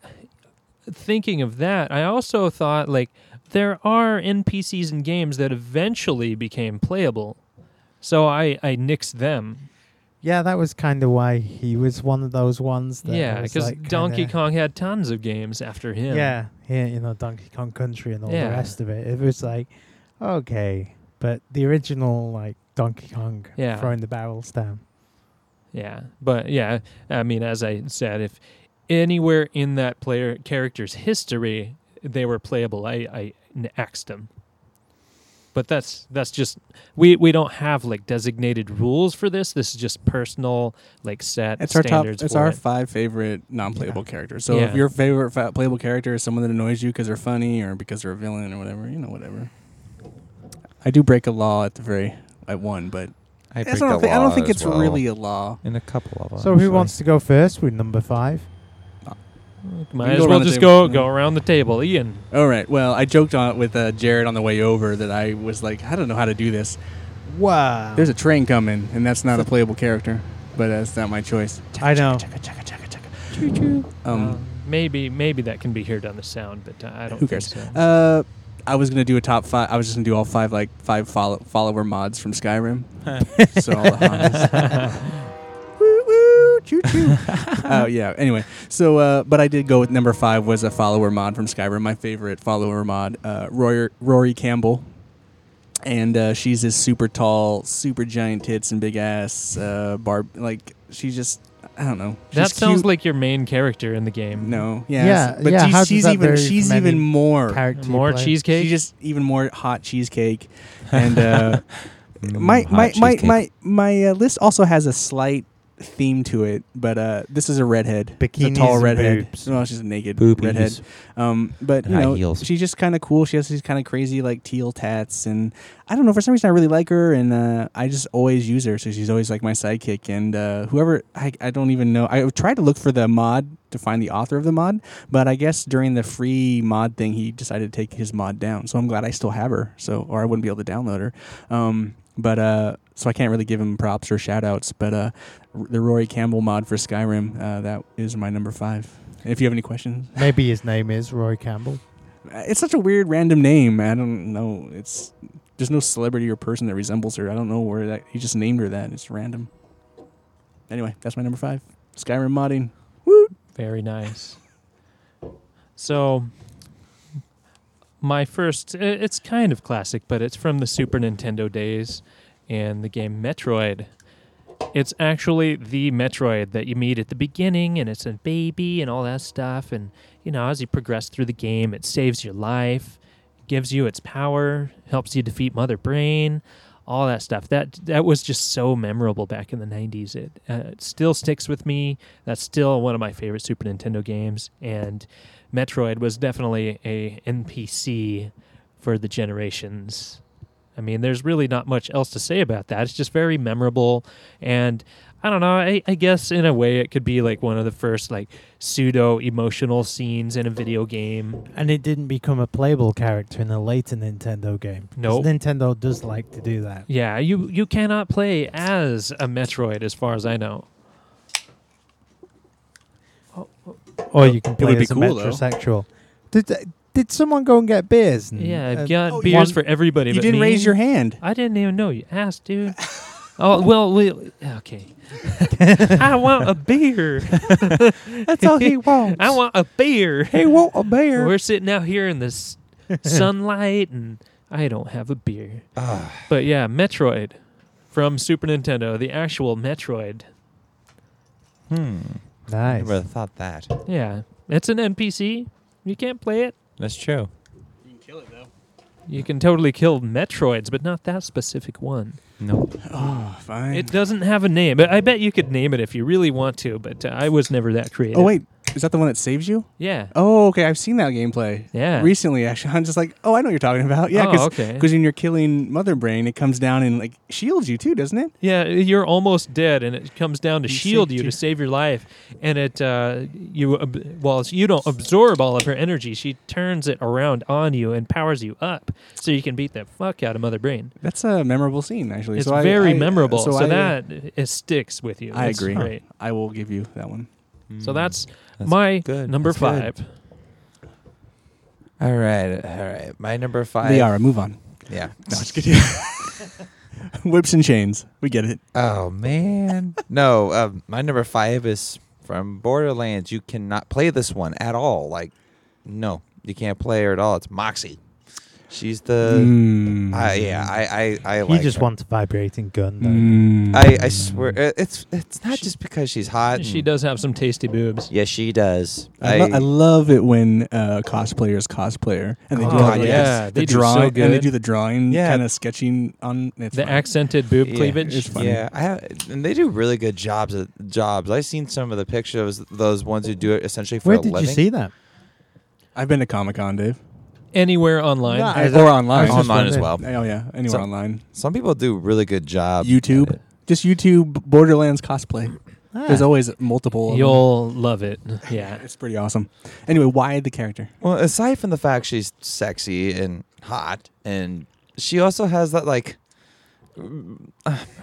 C: thinking of that, I also thought like there are NPCs in games that eventually became playable, so I I nixed them.
A: Yeah, that was kind of why he was one of those ones. That
C: yeah,
A: because
C: because Donkey Kong had tons of games after him.
A: Yeah, yeah, you know Donkey Kong Country and all
C: Yeah.
A: the rest of it. It was like, okay, but the original like Donkey Kong
C: Yeah.
A: throwing the barrels down.
C: yeah, but yeah, I mean, as I said, if anywhere in that player character's history they were playable, I, I n- axed them. But that's that's just we we don't have like designated rules for this. This is just personal like set
B: It's our top.
C: standards.
B: It's
C: for
B: our
C: it.
B: five favorite non-playable characters. So
C: Yeah.
B: if your favorite fa- playable character is someone that annoys you because they're funny or because they're a villain or whatever, you know, whatever. I do break a law at the very at one, but
D: I,
B: That's
D: break
B: what I
D: the
B: don't think. I
D: law
B: don't think
D: as
B: it's
D: well
B: really a law.
D: in a couple of them.
A: So who wants to go first with number five?
B: We
C: Might as
B: go
C: well
B: around the
C: just go
B: table.
C: go around the table, Ian.
B: All right. Well, I joked on with uh, Jared on the way over that I was like, I don't know how to do this.
A: Wow.
B: There's a train coming, and that's not a playable character, but that's not my choice.
A: I know. Oh.
B: Chugga, chugga, chugga, chugga.
C: Uh,
B: Um,
C: maybe maybe that can be heard on the sound, but uh, I don't.
B: who cares?
C: Think so.
B: Uh, I was gonna do a top five. I was just gonna do all five like five follow- follower mods from Skyrim. so all the Hans. Woo, woo, choo, choo. Oh yeah. Anyway, so uh, but I did go with number five was a follower mod from Skyrim. My favorite follower mod, uh, Rory, Rory Campbell, and uh, she's this super tall, super giant tits and big ass uh, barb. Like she's just I don't know.
C: that
B: She's
C: sounds
B: cute.
C: like your main character in the game.
B: no. Yeah.
A: Yeah,
B: it's- But
A: yeah,
B: she's-
A: how does
B: she's
A: that
B: even
A: vary
B: she's
A: from any
B: even more.
A: character you
C: more
A: play.
C: cheesecake.
B: She's just even more hot cheesecake, and uh, my
D: Mm,
B: my
D: hot
B: my
D: cheesecake.
B: my my uh, list also has a slight theme to it, but uh, this is a redhead, It's a
A: Bikinis
B: tall
A: and
B: redhead.
A: boobs.
B: Well, she's a naked
D: Boobies.
B: redhead. Um, but
D: And
B: you
D: high
B: know,
D: heels.
B: she's just kind of cool. She has these kind of crazy like teal tats, and I don't know for some reason I really like her, and uh, I just always use her, so she's always like my sidekick. And uh, whoever I, I don't even know. I tried to look for the mod to find the author of the mod, but I guess during the free mod thing, he decided to take his mod down. So I'm glad I still have her. So or I wouldn't be able to download her. Um, but uh, so I can't really give him props or shout outs. But uh, r- the Rory Campbell mod for Skyrim, uh, that is my number five. If you have any questions,
A: Maybe his name is Roy Campbell.
B: it's such a weird random name. I don't know. It's there's no celebrity or person that resembles her. I don't know where that he just named her that. It's random. Anyway, that's my number five. Skyrim modding.
C: Very nice. So, my first, i- it's kind of classic, but it's from the Super Nintendo days and the game Metroid. It's actually the Metroid that you meet at the beginning, and it's a baby and all that stuff. And, you know, as you progress through the game, it saves your life, gives you its power, helps you defeat Mother Brain, all that stuff. That that was just so memorable back in the 90s. It, uh, it still sticks with me. That's still one of my favorite Super Nintendo games, and Metroid was definitely a NPC for the generations. I mean, there's really not much else to say about that. It's just very memorable, and I don't know. I, I guess in a way, it could be like one of the first like pseudo emotional scenes in a video game.
A: And it didn't become a playable character in a later Nintendo game. 'Cause
C: Nope.
A: Nintendo does like to do that.
C: Yeah, you you cannot play as a Metroid, as far as I know.
A: Or you can play
B: would be
A: as a
B: cool, though.
A: metrosexual. Did uh, did someone go and get beers? And,
C: Yeah, I've
A: and-
C: got
B: oh,
C: beers
B: one-
C: for everybody.
B: you
C: but
B: didn't
C: me?
B: raise your hand.
C: I didn't even know you asked, dude. oh well, we okay. I want a beer.
A: that's all he wants.
C: I want a beer.
A: he want a beer.
C: We're sitting out here in this sunlight, and I don't have a beer.
D: Ah,
C: But yeah, Metroid from Super Nintendo, the actual Metroid.
D: hmm. I
A: nice.
D: never thought that.
C: Yeah, it's an NPC. You can't play it.
D: That's true.
B: You can kill it though.
C: You can totally kill Metroids, but not that specific one.
D: Nope.
B: Oh, fine.
C: It doesn't have a name, but I bet you could name it if you really want to. But uh, I was never that creative.
B: oh wait, is that the one that saves you?
C: yeah,
B: Oh, okay. I've seen that gameplay.
C: Yeah.
B: Recently, actually, I'm just like, oh, I know what you're talking about. Yeah,
C: Oh,
B: because
C: okay.
B: when you're killing Mother Brain, it comes down and like shields you too, doesn't it?
C: Yeah, you're almost dead, and it comes down to
B: You
C: shield
B: sick
C: you to
B: dude.
C: save your life. And it, uh, you, ab- well, you don't absorb all of her energy. She turns it around on you and powers you up, so you can beat the fuck out of Mother Brain.
B: That's a memorable scene, actually.
C: It's
B: So I-
C: very
B: I-
C: memorable. So,
B: I- uh,
C: that it sticks with you.
B: I
C: It's
B: agree.
C: great.
B: I will give you that one.
C: So that's,
D: Mm. That's
C: my
D: good.
C: number
D: That's
C: five.
D: good. all right, all right. My number five.
B: Liara, move on.
D: Yeah.
B: No, just kidding. Whips and chains. We get it.
D: Oh man. no. Um, my number five is from Borderlands. You cannot play this one at all. Like, no, you can't play her at all. It's Moxie. She's the.
B: Mm.
D: Uh, I, yeah, I I I
A: you
D: like
A: just
D: her.
A: wants a vibrating gun. Though.
B: Mm.
D: I I swear uh, it's it's not just because she's hot.
C: She
B: mm.
D: and-
C: does have some tasty boobs.
D: Yeah, she does.
B: I, lo- I love it when uh, cosplayer is cosplayer and they do
D: Oh,
B: like the-
C: yeah,
B: the
C: they do so
B: drawing and they
C: good.
B: do the drawing
D: Yeah.
B: kind of sketching on it's
C: The
B: fun.
C: accented boob
D: Yeah,
C: cleavage.
B: it's funny.
D: Yeah, I have, and they do really good jobs. At, jobs. I've seen some of the pictures. Those ones who do it essentially for
A: Where
D: a
A: did
D: living.
A: you see that?
B: I've been to Comic Con, Dave,
C: Anywhere online.
A: No, I-
B: or
A: I was
B: online.
A: just
D: Online as
A: wondering.
D: well.
B: oh yeah, anywhere
D: So-
B: online.
D: Some people do really good job.
B: YouTube, just YouTube Borderlands cosplay. There's
A: Ah.
B: always multiple. of them.
C: You'll love it. Yeah.
B: It's pretty awesome. Anyway, why the character?
D: Well, aside from the fact she's sexy and hot, and she also has that like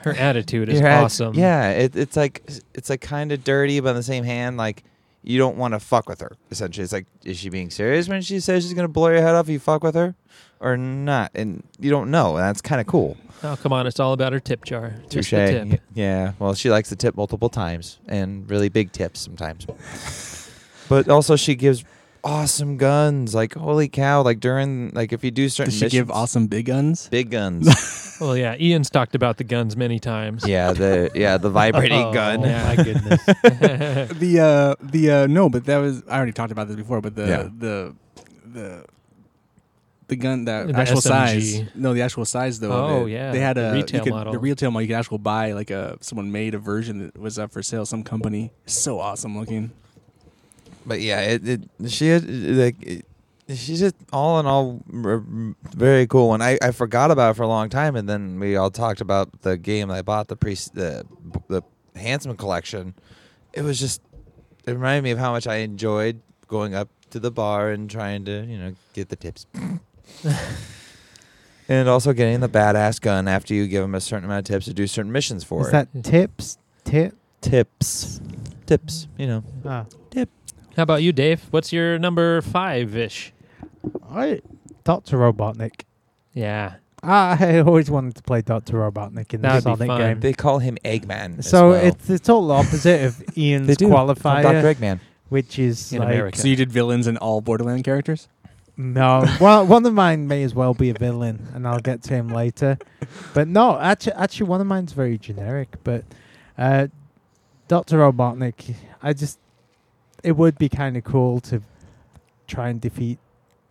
C: Her attitude is
D: your head-
C: awesome.
D: Yeah, it, it's like it's like kind of dirty, but on the same hand, like you don't want to fuck with her. Essentially, it's like is she being serious when she says she's gonna blow your head off? if You fuck with her or not, and you don't know, and that's kind of cool.
C: Oh, come on. It's all about her tip jar.
D: Touche.
C: Just the
D: Y-
C: tip.
D: Yeah. Well, she likes to tip multiple times and really big tips sometimes. but also, she gives awesome guns. Like holy cow! Like during like if you do certain
B: Does she give
D: missions-
B: awesome big guns?
D: big guns?
C: Well, yeah. Ian's talked about the guns many times.
D: yeah. The yeah the vibrating
C: Oh,
D: gun.
C: yeah.
A: My goodness.
B: The uh the uh no, but that was I already talked about this before, but the
D: Yeah.
B: the the the gun that
C: The
B: actual
C: SMG.
B: size no the actual size though of
C: Oh,
B: it.
C: yeah,
B: they had
C: the
B: a
C: retail
B: you could,
C: model.
B: the retail model you could actually buy like a someone made a version that was up for sale some company so awesome looking
D: But yeah, it, it she had, like. It, She's just all in all r- very cool one. I, I forgot about it for a long time, and then we all talked about the game that I bought the pre the the Handsome collection. It was just it reminded me of how much I enjoyed going up to the bar and trying to, you know, get the tips. and also getting the badass gun after you give them a certain amount of tips to do certain missions for
A: Is
D: it.
A: that tips? Tip?
D: tips? Tips, you know.
A: Ah.
C: How about you, Dave? What's your number five ish?
A: I, Dr. Robotnik.
C: Yeah.
A: I always wanted to play Dr. Robotnik in the
C: That'd be
A: Sonic
C: fun.
A: game.
D: They call him Eggman. as
A: So
D: well.
A: it's the total opposite of
D: They
A: Ian's
D: do.
A: qualifier,
D: Dr. Eggman.
A: which is
C: In
A: like
C: America.
B: so you did villains in all Borderland characters
A: no. Well, one of mine may as well be a villain, and I'll get to him later. But no, actually, actually, one of mine's very generic. But uh, Doctor Robotnik, I just it would be kind of cool to try and defeat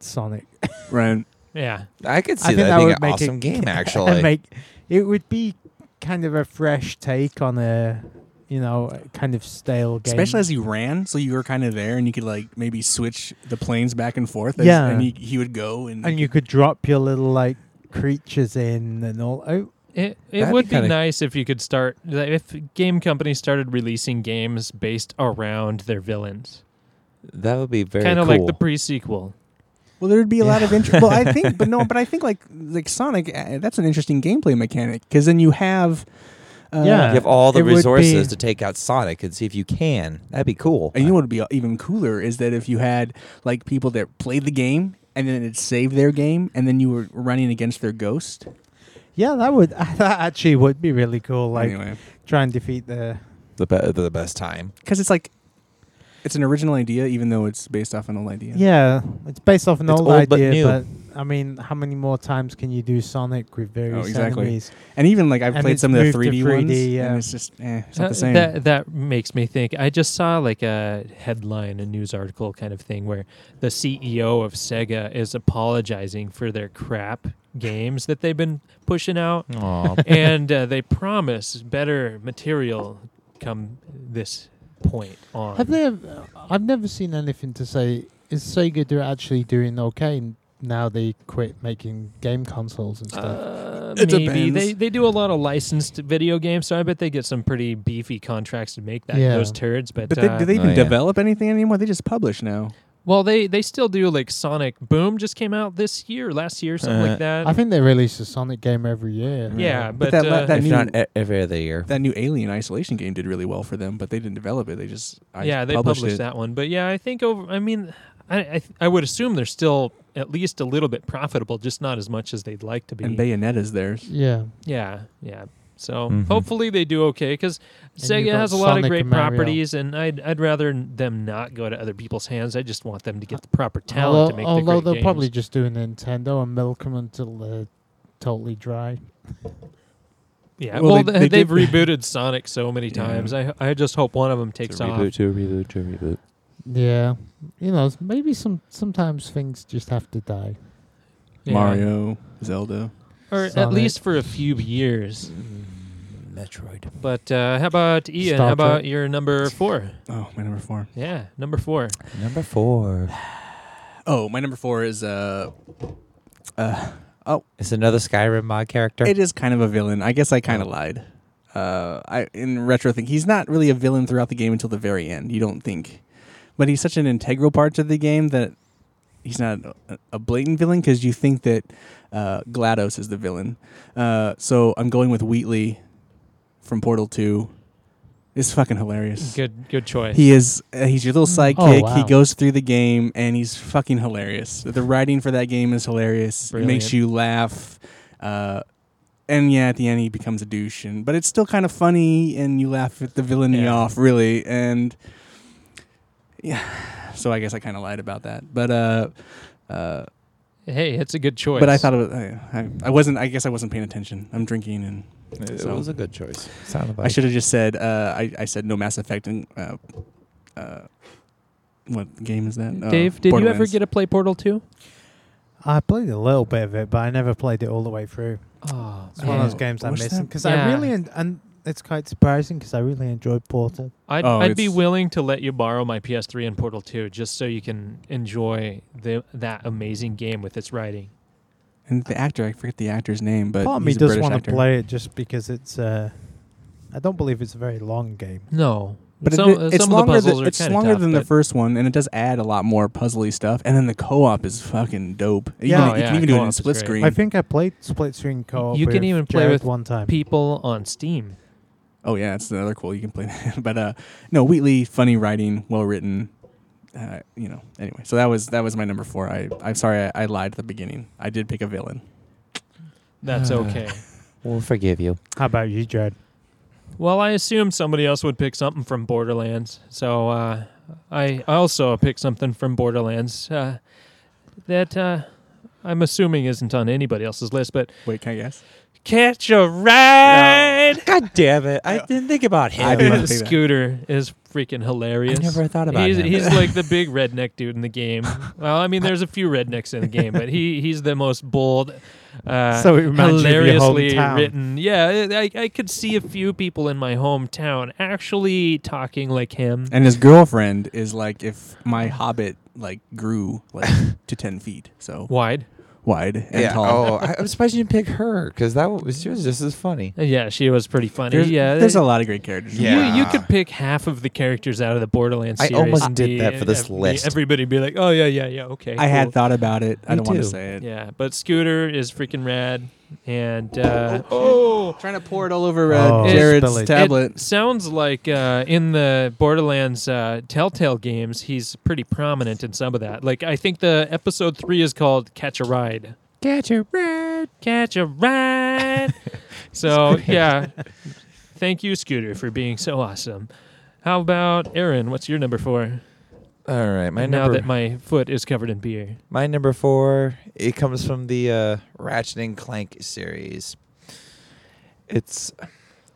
A: Sonic.
B: right
C: Yeah.
D: I could see
A: I think
D: that,
A: that
D: being
A: would
D: an
A: make
D: awesome
A: it-
D: game,
A: and
D: actually.
A: make it would be kind of a fresh take on a you know kind of stale game.
B: especially as you ran so you were kind of there and you could like maybe switch the planes back and forth as-
A: Yeah.
B: and he, he would go and,
A: and you could drop your little like creatures in and all. Oh,
C: It, it
D: That'd
C: would
D: be
C: be
D: kinda-
C: nice if you could start, if game companies started releasing games based around their villains.
D: that would be very
C: Kind of
D: cool.
C: like the pre sequel.
B: Well, there'd be a lot of interest. well, I think, but no, but I think like like Sonic, uh, that's an interesting gameplay mechanic because then you have, uh,
A: Yeah.
D: you have all the
A: It would
D: resources
A: be-
D: to take out Sonic and see if you can. That'd be cool.
B: And you know what would be uh, even cooler is that if you had like people that played the game and then it saved their game and then you were running against their ghost.
A: yeah, that would that actually would be really cool. Like
B: anyway,
A: try and defeat the
D: the, be- the best time.
B: because it's like it's an original idea, even though it's based off an old idea.
A: yeah. It's based off an
D: It's
A: old,
D: old but
A: idea,
D: new.
A: but, I mean, how many more times can you do Sonic
D: Oh,
A: with various
B: exactly.
A: enemies?
B: And even like I've
A: And
B: played
A: it's
B: some of the
A: moved to
B: 3D,
A: 3D,
B: ones,
A: yeah.
B: and it's just eh, it's
C: Uh,
B: not the same.
C: That that makes me think. I just saw like a headline, a news article kind of thing, where the CEO of Sega is apologizing for their crap games that they've been pushing out,
D: Aw,
C: and uh, they promise better material come this point on.
A: Have they? I've never seen anything to say is Sega do actually doing okay now? They quit making game consoles and stuff.
C: Uh,
B: It
C: maybe they,
B: depends.
C: they do a lot of licensed video games, so I bet they get some pretty beefy contracts to make that
A: Yeah.
C: those turds. But,
B: but
C: uh,
B: they, do they even
D: Oh, yeah.
B: develop anything anymore? They just publish now.
C: well, they they still do like Sonic Boom just came out this year, last year, something
D: Uh,
C: like that.
A: I think they release a Sonic game every year.
C: Yeah,
B: But
C: but,
B: that la-
C: uh,
B: that
D: if
B: new-
D: not e- every other year.
B: That new Alien Isolation game did really well for them, but they didn't develop it. They just I
C: yeah, they
B: published,
C: published,
B: it.
C: that one. But yeah, I think over. I mean, I, I th- I would assume they're still at least a little bit profitable, just not as much as they'd like to be.
B: And Bayonetta's theirs.
A: Yeah.
C: yeah, yeah. So
D: Mhm.
C: hopefully they do okay because
E: And you
C: Sega
E: got
C: has a lot
E: Sonic
C: of great
E: and Mario.
C: properties, and I'd I'd rather n- them not go to other people's hands. I just want them to get the proper talent
E: although
C: to make
E: although
C: the great
E: they'll
C: games.
E: probably just do a Nintendo and milk them until they're totally dry.
C: yeah.
B: well,
C: Well,
B: they-
C: they,
B: they
C: have
B: did-
C: rebooted Sonic so many
B: Yeah.
C: times. I I just hope one of them takes
D: to
C: off.
D: reboot, to reboot, to reboot.
E: Yeah, you know, s- maybe some sometimes things just have to die.
C: Yeah.
B: Mario, Zelda.
C: or at
E: Sonic.
C: least for a few years.
A: Metroid.
C: But uh, how about Ian?
E: Star
C: how about
E: Trek.
C: your number four?
B: Oh, my number four.
C: Yeah, number four.
D: Number four.
B: Oh, my number four is uh, uh,
D: It's another Skyrim mod character.
B: it is kind of a villain. I guess I kind of lied. Uh, I in retro think he's not really a villain throughout the game until the very end. You don't think, but he's such an integral part to the game that he's not a, a blatant villain because you think that uh, Glados is the villain. Uh, so I'm going with Wheatley from Portal Two. It's fucking hilarious.
C: Good good choice.
B: He is. Uh, he's your little
C: Mm.
B: sidekick. He
C: Oh,
E: wow.
B: goes through the game, and he's fucking hilarious. The writing for that game is hilarious. It makes
C: Brilliant.
B: you laugh. Uh, and yeah, at the end he becomes a douche, and but it's still kind of funny, and you laugh at the villainy
C: Yeah.
B: off really. And yeah, so I guess I kind of lied about that, but uh, uh,
C: hey, it's a good choice.
B: but I thought it was, I, I, I wasn't. I guess I wasn't paying attention. I'm drinking and.
D: It
B: so-
D: was a good choice. Sound
B: I should have just said uh, I, I said no Mass Effect and uh, uh, what game is that? Uh,
C: Dave, did you ever
B: Borderlands.
C: get to play Portal Two?
A: I played a little bit of it, but I never played it all the way through.
C: Oh,
A: It's one of those
B: Oh,
A: games I'm
B: what's
A: missing
B: that?
A: because
C: Yeah.
A: I really en- and it's quite surprising because I really enjoyed Portal.
C: I'd,
B: Oh,
C: I'd be
B: it's-
C: willing to let you borrow my PS3 and Portal 2 just so you can enjoy the, that amazing game with its writing.
B: And the actor, I forget the actor's name, but
A: Part of me
B: he's a
A: does
B: British
A: want to
B: actor.
A: play it just because it's. Uh, I don't believe it's a very long game.
C: No,
B: But it-
C: some,
B: it- it's
C: some
B: longer
C: of the puzzles
B: than
C: are
B: it's
C: kinda
B: longer
C: tough,
B: than the
C: but
B: first one, and it does add a lot more puzzly stuff. And then the co-op is fucking dope. You
A: Yeah.
B: can,
A: Oh,
B: you
C: yeah,
B: can even do it
C: co-op
B: in
C: is
B: split
C: great.
B: screen.
A: I think I played split screen co-op.
C: You can
A: with
C: even play
A: Jared
C: with
A: one time.
C: people on Steam.
B: oh yeah, that's another cool. You can play that. but uh, no, Wheatley, funny writing, well written. Uh, you know. Anyway, so that was that was my number four. I I'm sorry I, I lied at the beginning. I did pick a villain.
C: That's
B: Uh.
C: okay.
D: We'll forgive you.
A: How about you, Jared?
C: Well, I assume somebody else would pick something from Borderlands, so uh, I also picked something from Borderlands uh, that uh, I'm assuming isn't on anybody else's list. But
B: Wait, can I guess?
C: catch a ride.
D: God damn it! I didn't think about him.
B: I didn't think that.
C: Scooter is freaking hilarious.
D: I never thought about
C: he's,
D: him.
C: He's like the big redneck dude in the game. Well, I mean, there's a few rednecks in the game, but he he's the most bold. Uh,
A: So it reminds you of your
C: hilariously
A: hometown.
C: written. Yeah, I, I could see a few people in my hometown actually talking like him.
B: And his girlfriend is like if my hobbit like grew like to ten feet, so
C: Wide.
B: wide and
D: yeah.
B: tall.
D: Oh, I, I'm surprised you didn't pick her because that was she was just as funny.
C: Yeah, she was pretty funny.
B: There's,
C: yeah,
B: there's a lot of great characters.
D: Yeah.
C: You, you could pick half of the characters out of the Borderlands
D: I
C: series.
D: almost
C: and
D: did
C: be-
D: that for this
C: every-
D: list.
C: Everybody be like, oh, yeah, yeah, yeah, okay.
B: I had
C: cool."
B: thought about it. I
D: Me
B: don't want to
D: too.
B: say it.
C: Yeah, but Scooter is freaking rad, and uh,
B: Oh, trying to pour it all over
A: uh, Oh. Jared's
B: Jared's
A: Spill it.
B: tablet.
C: it sounds like uh, in the Borderlands uh, Telltale games, he's pretty prominent in some of that. Like I think the episode three is called "Catch a Ride."
D: Catch her red.
C: Catch a ride. so yeah, thank you, Scooter, for being so awesome. How about Aaron? What's your number four?
D: All right, my
C: now
D: number
C: that my foot is covered in beer.
D: My number four, it comes from the uh, Ratchet and Clank series. It's,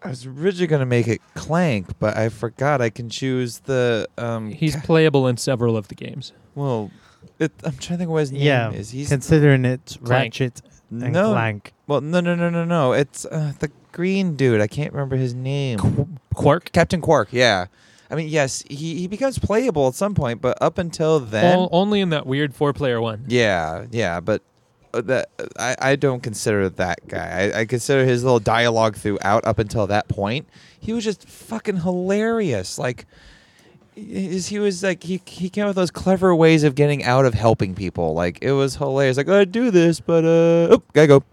D: I was originally gonna make it Clank, but I forgot I can choose the um.
C: He's
D: ca-
C: playable in several of the games.
D: well, it, I'm trying to think what his name
A: Yeah,
D: is. He's
A: Considering it's
C: Clank.
A: Ratchet and
D: no,
A: Clank.
D: well, no, no, no, no, no. It's uh, the green dude. I can't remember his name.
C: Quark.
D: Captain Quark. Yeah. I mean, yes, he, he becomes playable at some point, but up until then,
C: O- only in that weird four-player one.
D: Yeah, yeah, but uh, that I, I don't consider that guy. I, I consider his little dialogue throughout up until that point. He was just fucking hilarious. Like is he was like he he came up with those clever ways of getting out of helping people. Like it was hilarious. Like I do this, but uh, oh, gotta go.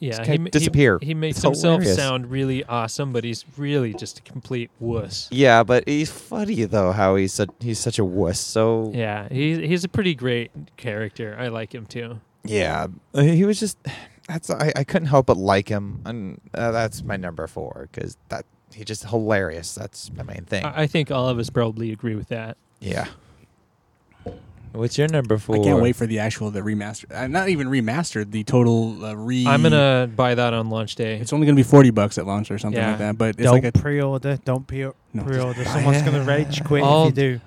C: Yeah,
D: kinda
C: ma-
D: disappear.
C: He, makes
D: It's
C: himself
D: hilarious.
C: sound really awesome, but he's really just a complete wuss.
D: Yeah, but he's funny though. How he's such he's such a wuss. So
C: Yeah, he's he's a pretty great character. I like him too.
D: Yeah, uh, he was just. that's I, I couldn't help but like him, and uh, that's my number four because that he just hilarious. That's my main thing.
C: I I think all of us probably agree with that.
D: yeah. What's your number four?
B: I can't wait for the actual the remaster. Uh, not even remastered. The total uh, re.
C: I'm gonna buy that on launch day.
B: It's only gonna be forty bucks at launch or something
C: Yeah.
B: like that. But it's
F: don't
B: like a.
F: pre-order. Don't pre-
B: No.
F: pre-order. Someone's gonna rage quit
C: All-
F: if you do.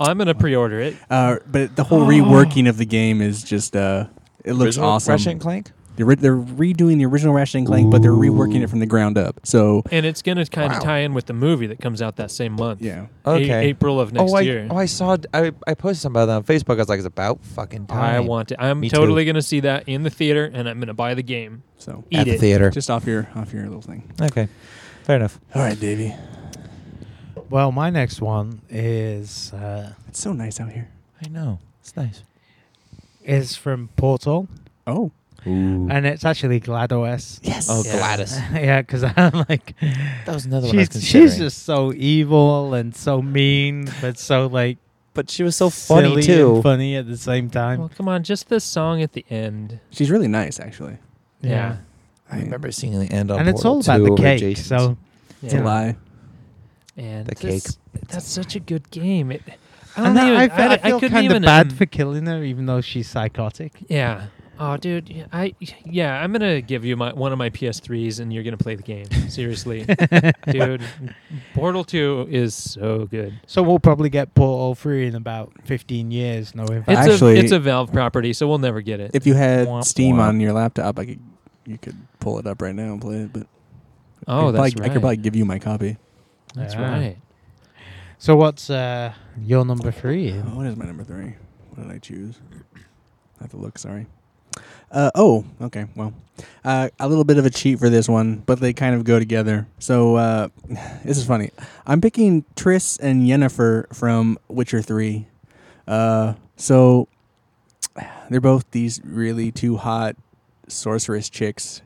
C: I'm gonna pre-order it.
B: Uh, but the whole reworking of the game is just. Uh, it looks
D: Original
B: awesome.
D: Ratchet and Clank.
B: They're, re- they're redoing the original Ratchet and Clank, but they're reworking it from the ground up. So
C: and it's going to kind of
D: Wow.
C: tie in with the movie that comes out that same month.
B: yeah,
C: A-
D: Okay.
C: April of next
D: oh, I,
C: year.
D: Oh, I saw. I, I posted something about that on Facebook. I was like, it's about fucking time.
C: I want it. I'm
D: Me
C: totally going to see that in the theater, and I'm going to buy the game.
B: so
C: Eat
D: at the
C: it.
D: theater.
B: just off your off your little thing.
D: okay, fair enough.
B: All right, Davey.
F: Well, my next one is uh,
B: It's so nice out here.
D: I know it's nice.
F: is from Portal,
B: Oh,
F: and it's actually Glados.
B: yes.
D: Oh,
C: Yeah.
D: Gladys.
F: yeah, because I'm like,
D: That was another one. I was
F: she's, she's
D: considering.
F: just so evil and so mean, but so like
D: but she was so
F: silly
D: funny too.
F: and funny at the same time.
C: Well, come on, just this song at the end.
B: She's really nice, actually.
C: Yeah.
D: I remember seeing the end on
F: and it's
D: Portal
F: all about
D: 2
F: the
D: over
F: cake.
D: Jason's.
F: So
B: It's a
C: Yeah.
B: lie.
C: And
D: The
C: this- That's such a good game. It, I
F: and
C: don't know.
F: I,
C: I,
F: I, fe- I feel
C: couldn't
F: kind
C: even,
F: of bad
C: um,
F: for killing her, even though she's psychotic.
C: Yeah. Oh, dude. yeah, I yeah. I'm gonna give you my one of my PS3s, and you're gonna play the game. Seriously, dude. Portal Two is so good.
F: So we'll probably get Portal 3 in about 15 years, no
C: It's
F: invite.
B: Actually-
C: a it's a Valve property, so we'll never get it.
B: If you had
D: Womp
B: Steam
D: womp.
B: on your laptop, I could you could pull it up right now and play it. But I
C: oh,
B: could
C: that's
B: probably,
C: right.
B: I could probably give you my copy.
C: That's
F: Yeah.
C: right.
F: So what's uh, your number 3?
B: Oh, what is my number three? What did I choose? I have to look. Sorry. Uh, oh, okay. Well, uh, a little bit of a cheat for this one, but they kind of go together. So uh, this is funny. I'm picking Triss and Yennefer from Witcher Three. Uh, so they're both these really two hot sorceress chicks.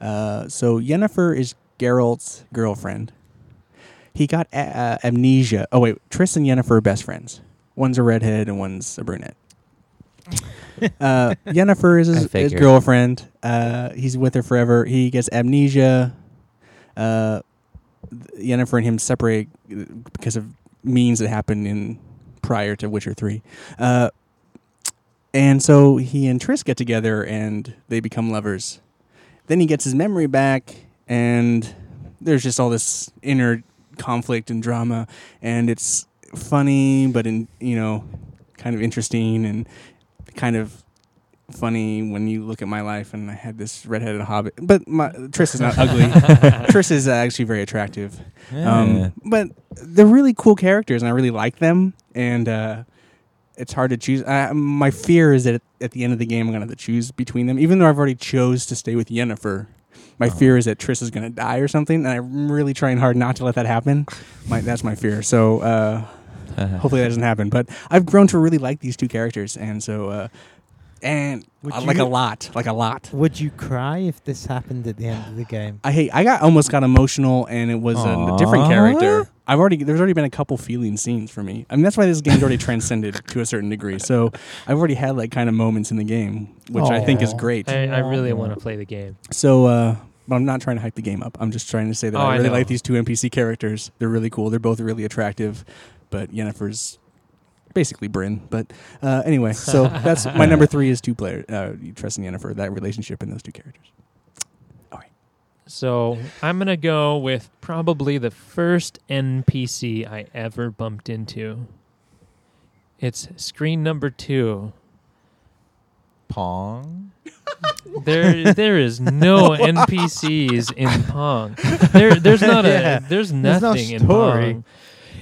B: Uh, so Yennefer is Geralt's girlfriend. He got a- uh, amnesia. Oh wait, Triss and Yennefer are best friends. One's a redhead and one's a brunette. uh, Yennefer is
D: I
B: his, his
D: figured.
B: girlfriend. Uh, he's with her forever. He gets amnesia. Uh, Yennefer and him separate uh, because of means that happened in prior to Witcher Three. Uh, and so he and Triss get together and they become lovers. Then he gets his memory back, and there's just all this inner conflict and drama, and it's funny, but in you know, kind of interesting and kind of funny when you look at my life and I had this redheaded hobbit. But my, Triss is not ugly. Triss is uh, actually very attractive.
D: Yeah.
B: Um, but they're really cool characters, and I really like them. And uh, it's hard to choose. I, my fear is that at the end of the game, I'm going to have to choose between them. Even though I've already chose to stay with Yennefer, my fear is that Triss is going to die or something, and I'm really trying hard not to let that happen. My, that's my fear. So uh, hopefully that doesn't happen. But I've grown to really like these two characters, and so uh, and
F: Would
B: uh, like
F: you-
B: a lot, like a lot.
E: Would you cry if this happened at the end of the game?
B: I hate. I got almost got emotional, and it was a, a different
D: Aw.
B: character. I've already there's already been a couple feeling scenes for me. I mean that's why this game's already transcended to a certain degree. So I've already had like kind of moments in the game, which I think is
F: Aw.
B: great.
C: I, I really want to play the game.
B: So, uh, but I'm not trying to hype the game up. I'm just trying to say that
C: Oh, I
B: I really
C: know.
B: like these two NPC characters. They're really cool. They're both really attractive, but Yennefer's basically Bryn. But uh, anyway, so that's my number three is two player. Uh, you trust in Yennefer that relationship and those two characters.
C: So I'm gonna go with probably the first NPC I ever bumped into. It's screen number two.
D: Pong.
C: There, there is no NPCs in Pong. There, there's not a,
F: Yeah.
C: there's
F: There's no
C: nothing in
F: story.
C: Pong.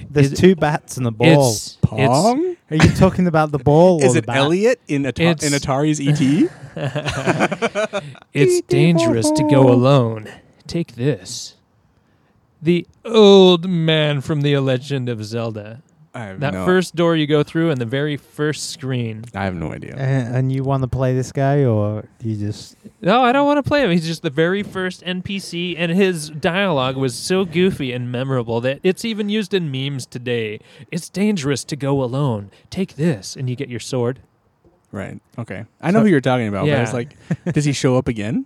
F: There's
C: Is-
F: two bats and a ball.
C: It's, it's,
B: Pong?
F: Are you talking about the ball or
B: Is
F: the
B: it
F: bat?
B: Elliot in, Ata- in
C: It's-
B: Atari's E ET?
C: It's dangerous to go alone. Take this. The old man from The Legend of Zelda.
B: I have
C: That
B: no,
C: first door you go through and the very first screen.
B: I have no idea.
A: Uh,
E: A- and you want to play this guy, or you just
C: No, I don't want to play him. He's just the very first NPC, and his dialogue was so goofy and memorable that it's even used in memes today. It's dangerous to go alone. Take this, and you get your sword.
B: Right. Okay. I know who you're talking about, but
C: Yeah.
B: it's like, does he show up again?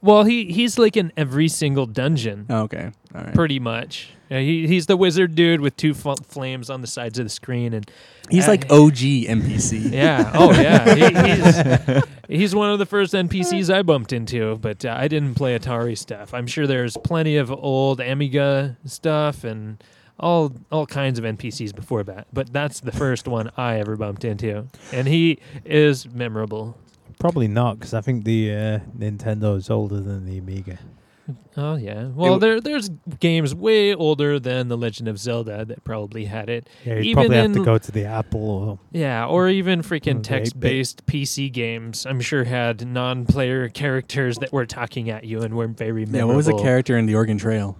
C: Well, he he's like in every single dungeon,
B: Oh, okay. All right.
C: pretty much. Yeah, he he's the wizard dude with two fl- flames on the sides of the screen, and
B: He's like
C: Uh,
B: OG NPC.
C: yeah, oh yeah, he, he's he's one of the first NPCs I bumped into, but uh, I didn't play Atari stuff. I'm sure there's plenty of old Amiga stuff and. All, all kinds of NPCs before that, but that's the first one I ever bumped into, and he is memorable.
A: Probably not, because I think the uh, Nintendo is older than the Amiga.
C: Oh yeah. Well, there there's games way older than The Legend of Zelda that probably had it.
A: Yeah, you'd
C: Even
A: probably have to
C: in-
A: go to the Apple or
C: Yeah, or even
B: Oh,
C: freaking
A: Mm, they- they-
C: text-based PC games. I'm sure had non-player characters that were talking at you and were very memorable.
B: Yeah, what was the character in the Oregon Trail?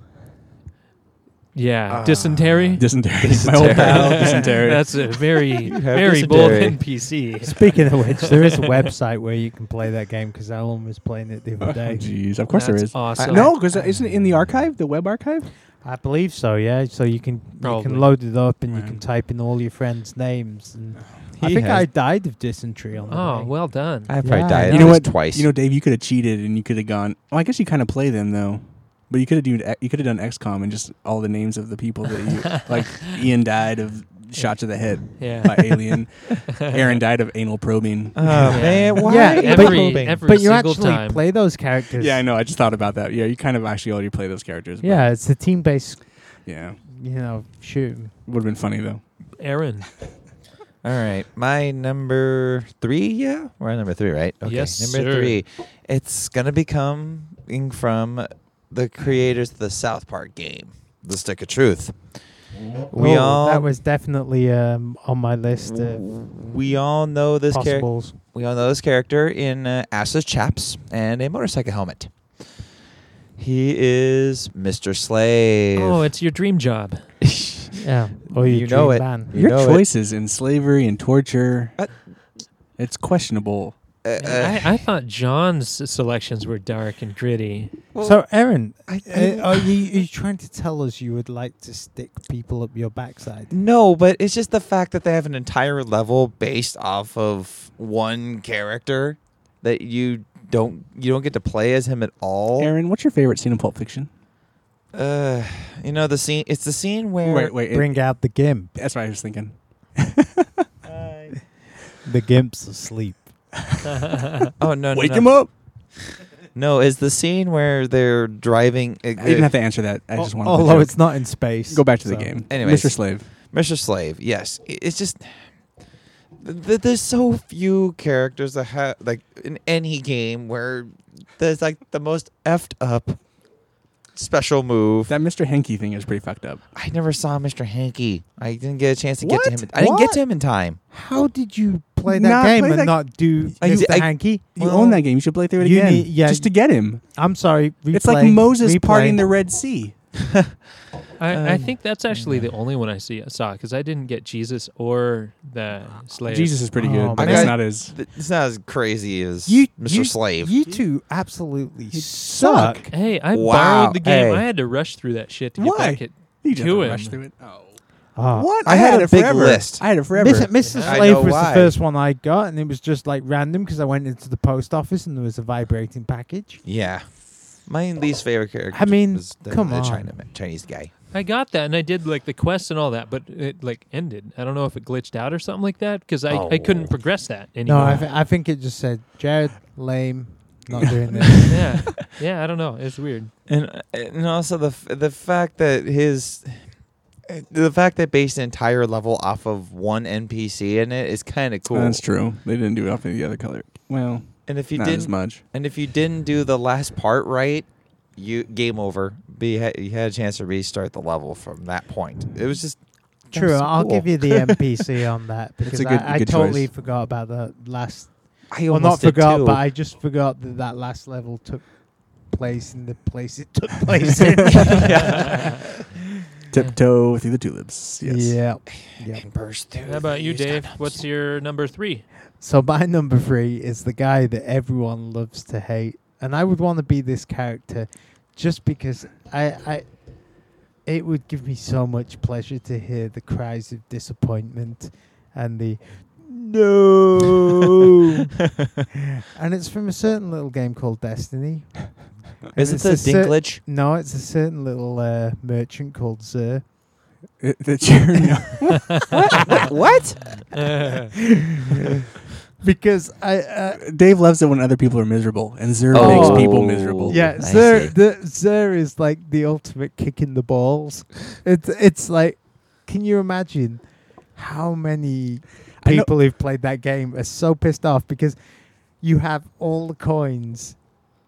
C: Yeah, dysentery.
B: Dysentery. My old pal, Ah. Oh, dysentery.
C: That's a very
D: have
C: very bold
D: dysentery.
C: NPC.
A: Speaking of which, there is a website where you can play that game because Alan was playing it the
B: Oh,
A: other day.
B: Jeez, of course
C: That's
B: there is.
C: Awesome.
B: no, because isn't it in the archive, the web archive?
A: I believe so. Yeah, so you can you
C: Probably.
A: can load it up and you
B: Right.
A: can type in all your friends' names. And I
B: He
A: think
B: has-
A: I died of dysentery on the
C: Oh,
A: day.
C: well done.
D: I probably
A: Yeah,
D: died
A: I
D: at
B: You know
D: least
B: what?
D: twice.
B: You know, Dave, you could have cheated and you could have gone. Well, I guess you kind of play them though, but you could have done you could have done XCOM and just all the names of the people that you like. Ian died of shot to the head
C: Yeah.
B: by alien. Aaron died of anal probing.
D: oh
C: Yeah.
D: man, why?
A: Yeah,
C: every
A: Probing.
C: every
A: but you
C: single
A: actually
C: time.
A: play those characters.
B: yeah, I know. I just thought about that. Yeah, you kind of actually already play those characters. but
A: Yeah, it's a team-based,
B: yeah,
A: you know, shoot.
B: would have been funny though.
C: Aaron.
D: All right, my number three. Yeah, we're on number three, right?
C: Yes,
D: number
C: sir.
D: three. It's gonna be coming from the creators of the South Park game, The Stick of Truth. We
A: Oh,
D: all
A: that was definitely um, on my list of
D: we all know this character.
A: possibles.
D: We all know this character in uh, assless chaps and a motorcycle helmet. He is Mr. Slave.
C: Oh, it's your dream job.
A: Yeah, or your
D: You know
A: dream
D: it.
A: band.
D: You
B: Your
D: know it.
B: choices in slavery and torture.
D: Uh,
B: it's questionable.
D: Uh, uh,
C: I, I thought John's selections were dark and gritty.
D: well,
A: so, Aaron,
D: I-
A: uh, are you are you trying to tell us you would like to stick people up your backside?
D: No, but it's just the fact that they have an entire level based off of one character that you don't you don't get to play as him at all.
B: Aaron, what's your favorite scene in Pulp Fiction?
D: Uh, you know the scene. It's the scene where
B: Wait, wait. it-
A: Bring out the gimp.
B: that's what I was thinking.
A: The gimp's asleep.
D: oh no no
B: Wake
D: no.
B: him up.
D: No, it's the scene where they're driving. Uh,
B: I didn't have to answer that. I
F: Oh,
B: just wanted. the
A: Although
B: joke.
A: it's not in space.
B: Go back to the
A: so-
B: game.
D: Anyways.
B: Mr. Slave.
D: Mr. Slave. Yes, I- it's just th- th- there's so few characters that have like in any game where there's like the most effed up special move.
B: That Mr. Henke thing is pretty fucked up.
D: I never saw Mr. Hanky. I didn't get a chance to get to
A: What?
D: him. I didn't get
A: What?
D: to him in time.
A: How did you play that
B: Not
A: game
B: play
A: and
B: that-
A: not do
D: I-
A: Mr.
D: I-
A: Hanky?
B: You own that game. You should play through it
A: you
B: again,
A: need- yeah,
B: just to get him.
A: I'm sorry. Replay,
B: It's like Moses
A: replay.
B: parting the Red Sea.
C: I, I
D: Um,
C: think that's actually the only one I see saw because I didn't get Jesus or the slave.
B: Uh, Jesus is pretty
A: Oh,
B: good, but
D: man.
B: it's not as.
D: Th- It's not as crazy as
A: You-
D: Mr.
A: you-
D: Slave.
A: You two absolutely suck.
C: Hey, I
D: Wow,
C: borrowed the game.
D: hey.
C: I had to rush through that shit to
B: Why?
C: get back at.
B: You just
C: To
B: have to
C: him.
B: rush through it. Oh.
A: Ah.
B: What?
D: I had a
B: it
D: big
B: forever.
D: list.
B: I had it forever.
A: Mr. Mr.
D: I
A: Slave
D: know
A: was
D: why.
A: the first one I got, and it was just like random because I went into the post office and there was a vibrating package.
D: yeah. My least favorite character.
A: I mean,
D: was the,
A: come
D: the
A: on.
D: China, Chinese guy.
C: I got that and I did like the quest and all that, but it like ended. I don't know if it glitched out or something like that because I, I
D: Oh.
C: couldn't progress that anymore.
A: No, I, th- I think it just said Jared lame, not doing this.
C: yeah, yeah, I don't know. It's weird.
D: and and also the f- the fact that his the fact that based an entire level off of one NPC in it is kind of cool.
B: That's true. They didn't do it off of the other color. Well,
D: And if you
B: not as
D: didn't,
B: much.
D: and if you didn't do the last part right, you game over. Be ha- you had a chance to restart the level from that point. It was just that
A: True,
D: was so
A: I'll
D: cool.
A: give you the NPC on that because
B: a good-
A: I, I
B: good
A: totally
B: choice.
A: forgot about the last.
D: I
A: Well,
D: almost
A: not
D: did
A: forgot,
D: too.
A: but I just forgot that that last level took place in the place it took place in.
B: Tiptoe through the tulips. Yes.
A: Yeah. yeah.
D: And burst through
C: How about you,
D: these
C: Dave?
D: condoms.
C: What's your number three?
A: So my number three is the guy that everyone loves to hate, and I would want to be this character, just because I, I, it would give me so much pleasure to hear the cries of disappointment, and the
D: Oh,
A: no, and it's from a certain little game called Destiny. And
D: Isn't
A: it's
D: the
A: a cer-
D: Dinklage?
A: no, it's a certain little uh, merchant called Zer.
B: It- Uh, the chair, no.
A: Because I, uh,
B: Dave loves it when other people are miserable, and Zero
D: Oh.
B: makes people miserable.
A: yeah,
D: I
A: Zer,
D: see.
A: the, Zer is like the ultimate kick in the balls. It's it's like, can you imagine how many
B: I know-
A: people who've played that game are so pissed off because you have all the coins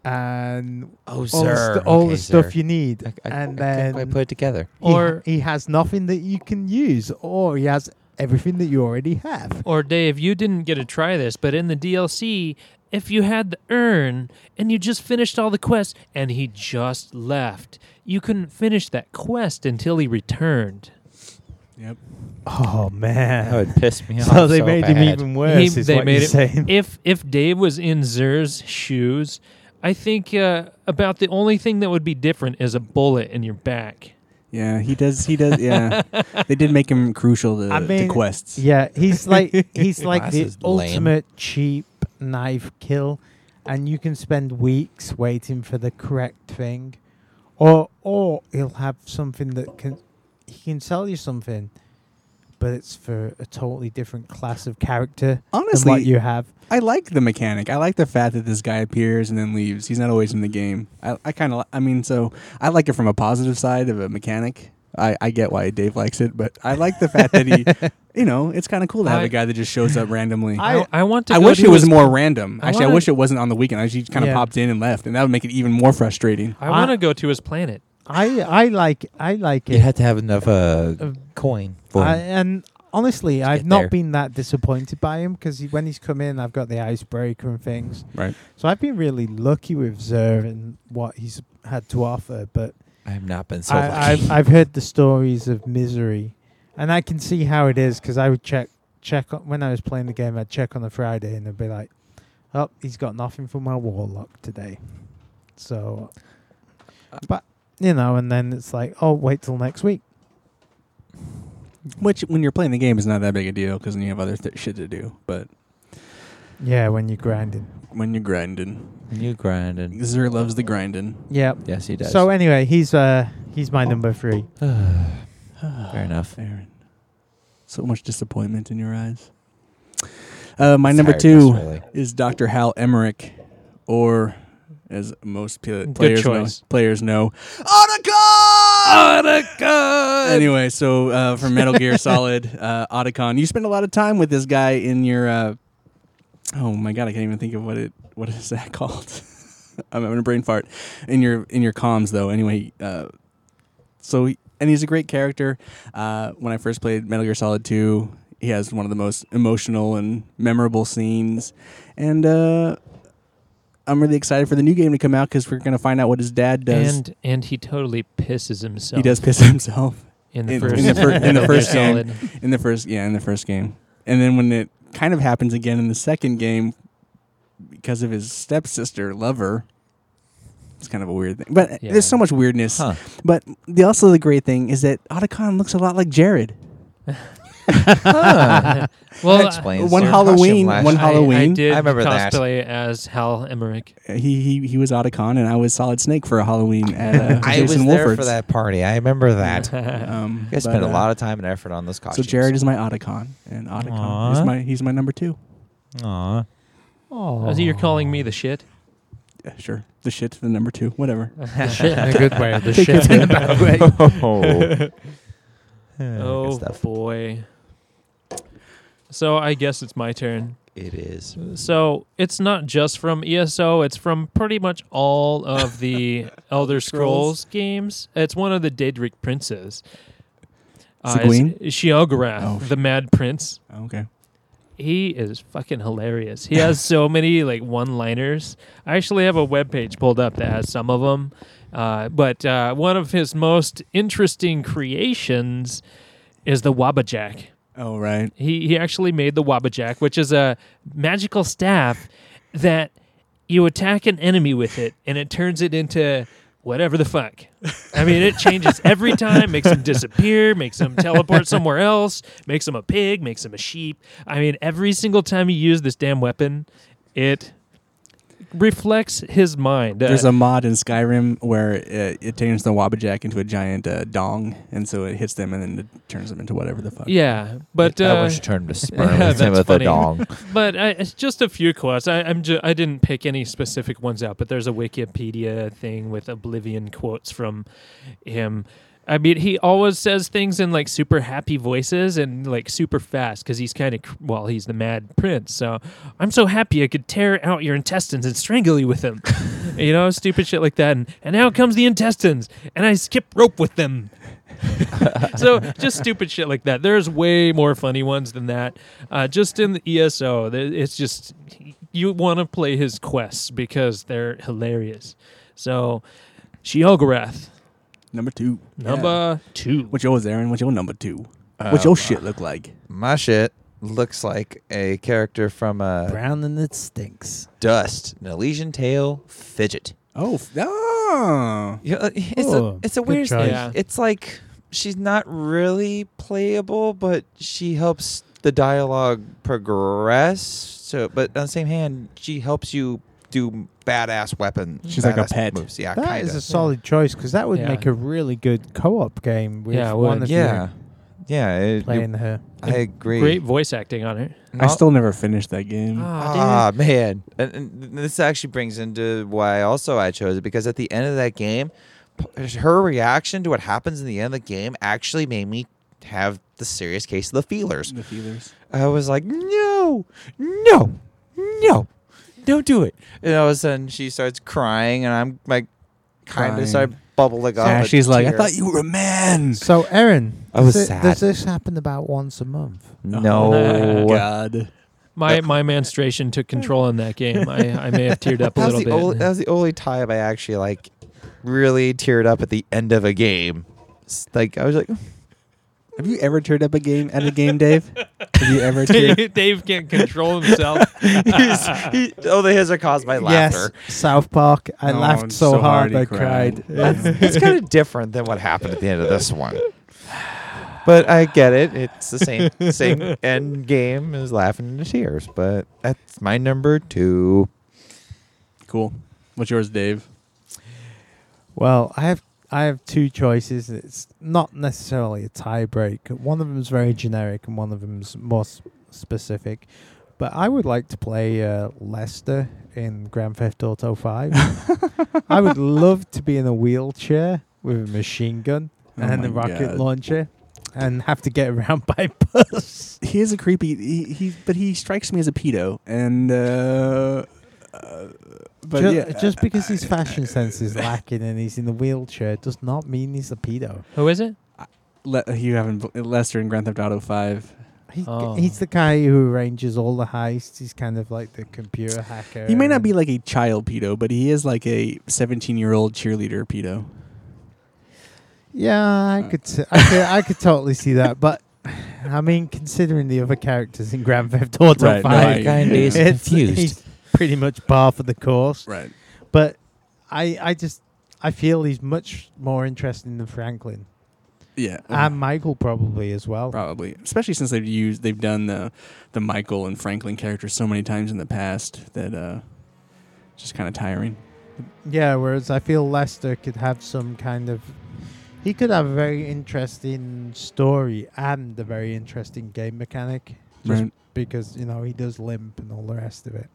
A: and
D: Oh,
A: all, the,
D: sir.
A: stu- all
D: Okay,
A: the stuff
D: sir. Uh,
A: you need,
D: I, I,
A: and
D: I
A: then
D: couldn't quite put it together.
A: he,
C: Or-
A: he has nothing that you can use, or he has everything that you already have.
C: Or Dave, you didn't get to try this, but in the DLC, if you had the urn and you just finished all the quests and he just left, you couldn't finish that quest until he returned.
B: Yep.
A: Oh man!
D: That would piss me off.
A: so they made him
D: bad.
A: even worse.
C: He-
A: is
C: they
A: what
C: made
A: you're
C: it-
A: saying.
C: If if Dave was in Zer's shoes, I think uh, about the only thing that would be different is a bullet in your back.
B: Yeah, he does. He does. Yeah, they did make him crucial to,
A: I
B: to
A: mean,
B: quests.
A: Yeah, he's like he's like
D: Glass
A: the
D: is lame.
A: ultimate cheap knife kill, and you can spend weeks waiting for the correct thing,
F: Oh,
A: or or he'll have something that can he can sell you something, but it's for a totally different class of character than
B: Honestly,
A: what you have.
B: I like the mechanic. I like the fact that this guy appears and then leaves. He's not always in the game. I, I kind of. I mean, so I like it from a positive side of a mechanic. I, I get why Dave likes it, but I like the fact that he, you know, it's kind of cool to have
C: I-
B: a guy that just shows up randomly. I,
C: I, I, want to. go
B: wish
C: to
B: it was
C: his-
B: more random.
C: I
B: Actually, I
C: wanna-
B: wish it wasn't on the weekend. I just kind of
A: Yeah.
B: popped in and left, and that would make it even more frustrating.
C: I want to go to his planet.
A: I I like I like
D: You
A: it,
D: had to have enough uh,
A: Uh,
D: coin for
A: I,
D: him.
A: and honestly,
D: Let's
A: I've
D: get
A: not
D: there.
A: been that disappointed by him because he, when he's come in, I've got the icebreaker and things.
B: Right.
A: So I've been really lucky with Zer and what he's had to offer, but
D: I have not been so
A: I,
D: lucky.
A: I've, I've heard the stories of misery, and I can see how it is because I would check check on, when I was playing the game. I'd check on the Friday and I'd be like, "Oh, he's got nothing for my warlock today." So, but you know, and then it's like, "Oh, wait till next week."
B: Which, when you're playing the game, is not that big a deal because then you have other th- shit to do. But
A: Yeah, when you're grinding.
B: when you're grinding,
D: you grinded.
B: Zer loves the grinding.
A: Yeah.
D: Yes, he does.
A: So anyway, he's uh he's my number three.
D: fair enough.
B: Aaron. So much disappointment in your eyes. Uh, my
D: It's
B: number
D: tiredness,
B: two
D: really.
B: is Dr. Hal Emmerich, or as most p-
C: Good
B: players know,
C: choice.
B: players know, Otacon. Otacon. Anyway, so uh, from Metal Gear Solid, uh, Otacon. You spend a lot of time with this guy in your. Uh, oh my god, I can't even think of what it. What is that called? I'm having a brain fart. In your in your comms though. Anyway, uh, so he- and he's a great character. Uh, when I first played Metal Gear Solid 2, he has one of the most emotional and memorable scenes, and uh, I'm really excited for the new game to come out because we're gonna find out what his dad does.
C: And and he totally pisses himself.
B: he does piss himself
C: in the
B: in-
C: first
B: in the fir- in the
C: Metal Gear
B: first game.
C: Solid.
B: in the first, yeah, in the first game, and then when it kind of happens again in the second game because of his stepsister lover. It's kind of a weird thing, but
C: Yeah.
B: there's so much weirdness.
D: Huh.
B: But the also the great thing is that Otacon looks a lot like Jared.
A: uh,
C: Well,
D: That
C: I-
D: explains
B: one
D: their costume
B: Halloween-
D: last
B: one
D: year.
C: I- I
B: Halloween.
C: did
D: I remember that.
C: cosplay as Hal Emmerich.
B: Uh, he he, he was Otacon and I was Solid Snake for a Halloween at uh,
D: I was
B: Jason
D: there
B: Wolford's.
D: for that party. I remember that. You
B: Um,
D: guys
B: but,
D: spent a
B: uh,
D: lot of time and effort on this
B: So
D: costume.
B: Jared is my Otacon, and Otacon
D: Aw.
B: is my he's my number two.
D: Aww.
A: Oh,
C: Oh, you're calling me the shit.
B: Yeah, sure, the shit, the number two, whatever.
D: Uh.
G: The shit in a good way. The
B: Take your
G: shit in a bad way.
D: oh.
C: Oh boy. So I guess it's my turn.
D: It is.
C: So it's not just from ESO; it's from pretty much all of the Elder
B: Scrolls.
C: Scrolls games. It's one of the Daedric princes. Uh,
B: Seguin?
C: it's Sheogorath,
B: Oh.
C: the Mad Prince.
B: Okay,
C: He is fucking hilarious. He has so many like one-liners. I actually have a webpage pulled up that has some of them. Uh, but uh, one of his most interesting creations is the Wabajack.
B: all Oh, right.
C: He he actually made the Wabajack, which is a magical staff that you attack an enemy with it, and it turns it into whatever the fuck. I mean, it changes every time, makes him disappear, makes him teleport somewhere else, makes him a pig, makes him a sheep. I mean, every single time you use this damn weapon, it reflects his mind. Uh,
B: There's a mod in Skyrim where it, it turns the Wabajack into a giant uh, dong, and so it hits them, and then it turns them into whatever the fuck.
C: yeah, but
D: I
C: uh,
D: wish turned to sperm
C: yeah,
D: instead of
C: that's
D: a
C: funny.
D: dong.
C: but I, it's just a few quotes. I, I'm ju- I didn't pick any specific ones out, but there's a Wikipedia thing with Oblivion quotes from him. I mean, he always says things in like super happy voices and like super fast because he's kind of well, he's the Mad Prince. So I'm so happy I could tear out your intestines and strangle you with them, you know, stupid shit like that. And and now comes the intestines, and I skip rope with them. so just stupid shit like that. There's way more funny ones than that. Uh, just in the ESO, there- it's just you want to play his quests because they're hilarious. So, Sheolgarath,
B: Number Uh, two.
C: number two.
B: What's yours, Aaron? What's your number two? What's your shit look like?
D: My shit looks like a character from uh,
F: Brown and it stinks.
D: Dust, an Elysian Tale fidget.
B: Oh, f- oh.
D: Yeah, uh, it's a
F: Oh,
D: it's a
F: good
D: weird
F: choice.
D: thing.
C: Yeah.
D: It's like she's not really playable, but she helps the dialogue progress. So, but on the same hand, she helps you do badass weapons.
B: She's like a
D: badass
B: pet.
D: Moves. Yeah,
F: That
D: kinda.
F: is a solid choice because that would
C: Yeah.
F: make a really good co-op game with
C: Yeah, it
F: one
C: would.
F: of
D: yeah,
F: you
D: yeah. it-
F: playing her.
D: I agree.
C: Great voice acting on it.
B: I
D: Not-
B: still never finished that game.
D: Ah man, and, and this actually brings into why also I chose it because at the end of that game, p- her reaction to what happens in the end of the game actually made me have the serious case of the feelers.
B: The feelers.
D: I was like, no, no, no, don't do it. And all of a sudden, she starts crying, and I'm like, kind
B: Crying.
D: of start bubbling up.
B: Yeah,
D: a
B: Ah, she's like, I
D: tear.
B: thought you were a man.
F: So, Aaron,
D: I was
F: does, it-
D: sad.
F: does this happen about once a month?
D: no.
B: Oh God.
C: My my menstruation took control in that game. I, I may have teared up a
D: That was,
C: little
D: the only,
C: bit.
D: that was the only time I actually like really teared up at the end of a game. S- Like I was like,
B: Have you ever teared up a game at a game, Dave? Have you ever teared?
C: Dave, Dave can't control himself.
D: he's, he, all the hits are caused by laughter.
F: Yes, South Park. I
B: No,
F: laughed
B: it's
F: so,
B: so
F: hard,
B: hard
F: I
B: he
F: cried.
D: It's kind of different than what happened at the end of this one. But I get it. It's the same same end game as laughing into tears. But that's my number two.
B: Cool. What's yours, Dave?
F: Well, I have I have two choices. It's not necessarily a tie break. One of them's very generic, and one of them's more s- specific. But I would like to play uh, Lester in Grand Theft Auto Five. I would love to be in a wheelchair with a machine gun and
B: Oh my
F: a rocket
B: God.
F: launcher, and have to get around by bus.
B: He is a creepy. He, he but he strikes me as a pedo, and uh, uh but
F: Ju-
B: yeah,
F: just because his fashion sense is lacking and he's in a wheelchair does not mean he's a pedo.
C: Who is it?
B: Le- you haven't Lester in Grand Theft Auto Five.
F: He, g-
C: Oh.
F: He's the guy who arranges all the heists. He's kind of like the computer hacker.
B: He may not
F: and-
B: be like a child pedo, but he is like a 17 year old cheerleader pedo.
F: Yeah, I
B: uh,
F: could, s I could, I could totally see that. But I mean, considering the other characters in Grand Theft Auto
B: Right, no,
F: Five,
B: I- Kinda is
F: it's- he's pretty much par for the course.
B: Right.
F: But I, I just, I feel he's much more interesting than Franklin
B: Yeah.
F: and Michael probably as well.
B: Um, probably, especially since they've used they've done the the Michael and Franklin characters so many times in the past that uh, it's just kind of tiring.
F: Yeah, whereas I feel Lester could have some kind of. He could have a very interesting story and a very interesting game mechanic. Just
B: Right.
F: because, you know, he does limp and all the rest of it.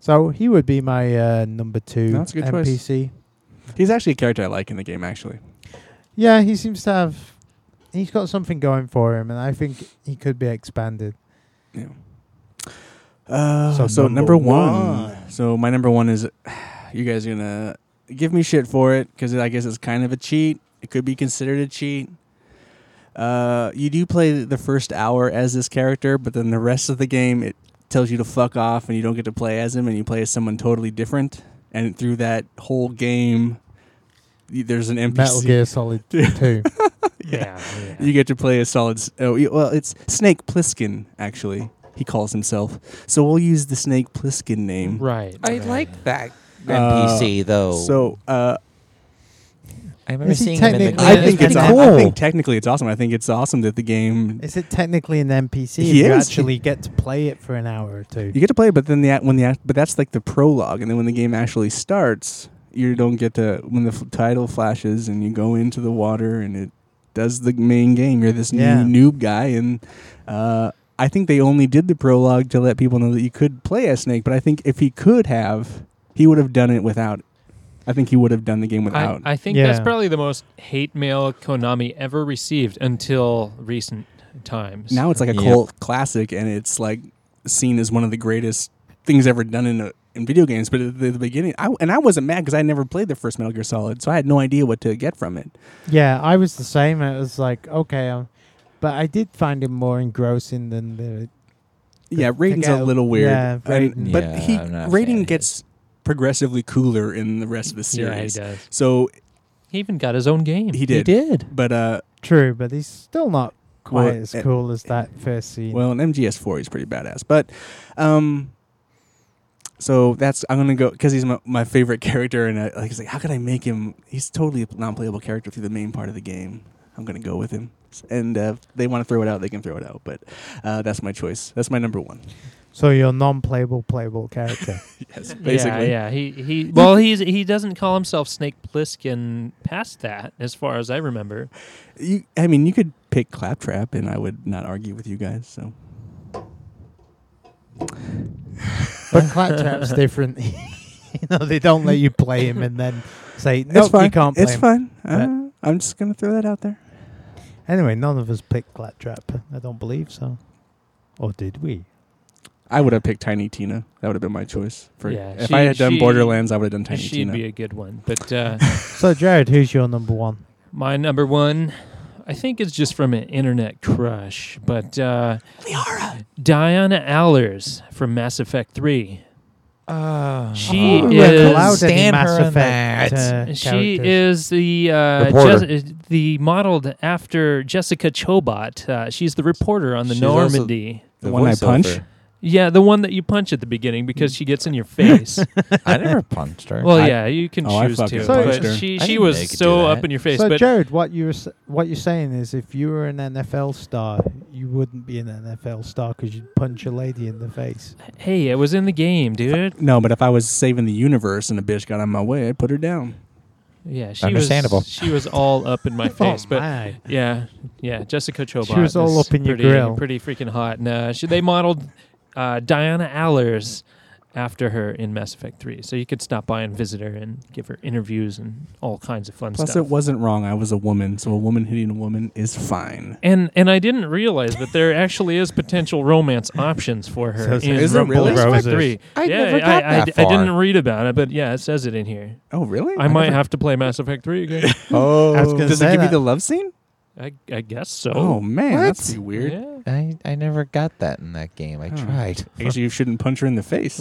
F: So he would be my uh, number two
B: No, that's a good choice.
F: NPC.
B: He's actually a character I like in the game. Actually,
F: Yeah, he seems to have. He's got something going for him, and I think he could be expanded.
B: yeah. Uh, so,
F: So
B: number,
F: number
B: one.
F: one.
B: So my number one is you guys are gonna give me shit for it because I guess it's kind of a cheat. It could be considered a cheat. Uh, you do play the first hour as this character, but then the rest of the game it tells you to fuck off and you don't get to play as him, and you play as someone totally different. And through that whole game, y- there's an NPC.
F: Metal Gear Solid 2.
C: Yeah. yeah.
B: You get to play a solid. s- Oh, y- well, it's Snake Pliskin actually. He calls himself. So we'll use the Snake Pliskin name.
C: Right.
D: I
C: right.
D: like that
B: Uh,
D: NPC though.
B: So uh,
D: I remember
F: Is he
D: seeing him in the
F: technically-
D: game.
B: I
F: Yeah,
B: think
F: it's
B: it's.
F: kinda
B: aw- I
F: cool.
B: think technically it's awesome. I think it's awesome that the game
F: Is it technically an NPC? if
B: He
F: You
B: is.
F: actually get to play it for an hour or two.
B: You get to play, but then the act- when the act- but that's like the prologue, and then when the game actually starts, you don't get to when the f- title flashes and you go into the water and it does the main game. You're this
F: Yeah.
B: new noob guy, and uh, I think they only did the prologue to let people know that you could play as Snake. But I think if he could have, he would have done it without. I think he would have done the game
C: I,
B: without.
C: I think that's
F: Yeah.
C: probably the most hate mail Konami ever received until recent times.
B: now it's like a
D: Yep.
B: cult classic, and it's like seen as one of the greatest things ever done in a, in video games. But at the, the beginning, I, and I wasn't mad because I never played the first Metal Gear Solid, so I had no idea what to get from it.
F: Yeah, I was the same. It was like okay, um, but I did find it more engrossing than the.
B: Yeah,
F: to
B: Raiden's
F: get
B: a
F: a-
B: little weird,
F: yeah,
B: and-
F: Raiden.
B: but
D: Yeah,
B: he
D: I'm not a fan
B: Raiden
D: of
B: gets progressively cooler in the rest of the
C: yeah, he
B: series.
C: does.
B: so
C: He even got his own game.
B: he did.
F: did.
B: But uh,
F: True, but he's still not quite
B: Well,
F: as
B: uh,
F: cool as that first scene.
B: well, in MGS4 he's pretty badass. But um, so that's I'm gonna go because he's my, my favorite character, and I, like, he's like, how could I make him? He's totally a non-playable character through the main part of the game. I'm gonna go with him, and uh, if they want to throw it out, they can throw it out. But uh, that's my choice. That's my number one.
F: so your non-playable playable character.
B: Yes, basically.
C: Yeah, yeah. He he. Well, he's he doesn't call himself Snake Plissken past that, as far as I remember.
B: You, I mean, you could pick Claptrap, and I would not argue with you guys. So.
F: But Claptrap's different. you know, they don't let you play him and then say, no,
B: it's fine.
F: you can't play
B: it's
F: him.
B: fine.
F: But-
B: Uh, I'm just gonna throw that out there.
F: Anyway, none of us picked Claptrap. I don't believe so. Or did we?
B: I would have picked Tiny Tina. That would have been my choice. For
C: Yeah,
B: if
C: she-
B: I had done
C: she-
B: Borderlands, I would have done Tiny
C: She'd
B: Tina.
C: be a good one. But uh,
F: So, Jared, who's your number one?
C: my number one, I think it's just from an internet crush. But uh, Diana Allers from Mass Effect Three.
D: Oh.
C: She
F: Ooh, I
C: is.
F: couldn't
D: Stan
F: Mass
D: her in
F: Effect,
D: that.
F: uh,
C: She
F: characters.
C: is the uh,
D: Reporter.
C: Jes- uh, the modeled after Jessica Chobot. Uh, she's the reporter on the
D: She's also-
C: Normandy.
B: The one I
D: voiceover.
B: punch?
C: yeah, the one that you punch at the beginning because she gets in your face.
D: I never punched her.
C: Well,
B: I-
C: yeah, you can
B: Oh, I
C: choose
B: fucking
C: to.
B: punched
C: But
D: I
B: her.
C: she she
D: didn't know you
C: was
D: could
C: so
D: do
C: up
D: that.
C: in your face.
F: so,
C: but
F: Jared, what you were s- what you're saying is, if you were an NFL star, you wouldn't be an NFL star because you'd punch a lady in the face.
C: hey, it was in the game, dude.
B: No, but if I was saving the universe and a bitch got on my way, I'd put her down.
C: Yeah, she
D: Understandable.
C: was she was all up in my face.
F: oh
C: but
F: my.
C: yeah, yeah, Jessica Chobot.
F: She was all
C: is
F: up in your
C: pretty,
F: grill.
C: Pretty freaking hot. And uh, she, they modeled uh, Diana Allers after her in Mass Effect 3. So you could stop by and visit her and give her interviews and all kinds of fun
B: Plus,
C: stuff.
B: it wasn't wrong. I was a woman, so a woman hitting a woman is fine.
C: and and I didn't realize that there actually is potential romance options for her
F: So-
C: in
B: Is it
C: Rumble
B: really?
C: Effect
F: Roses.
C: 3.
D: I
C: yeah,
D: never
C: I,
D: got
C: I,
D: that
C: d- I didn't
D: far.
C: read about it, but yeah, it says it in here.
B: Oh, really?
C: I, might have to play Mass Effect 3 again.
B: Oh,
F: I was gonna
B: does it
F: say
B: give you
F: that.
B: the love scene?
C: I, I guess so.
B: Oh man,
D: What?
B: that's weird.
C: Yeah.
D: I, I never got that in that game. I
B: Huh.
D: tried.
B: I guess you shouldn't punch her in the face.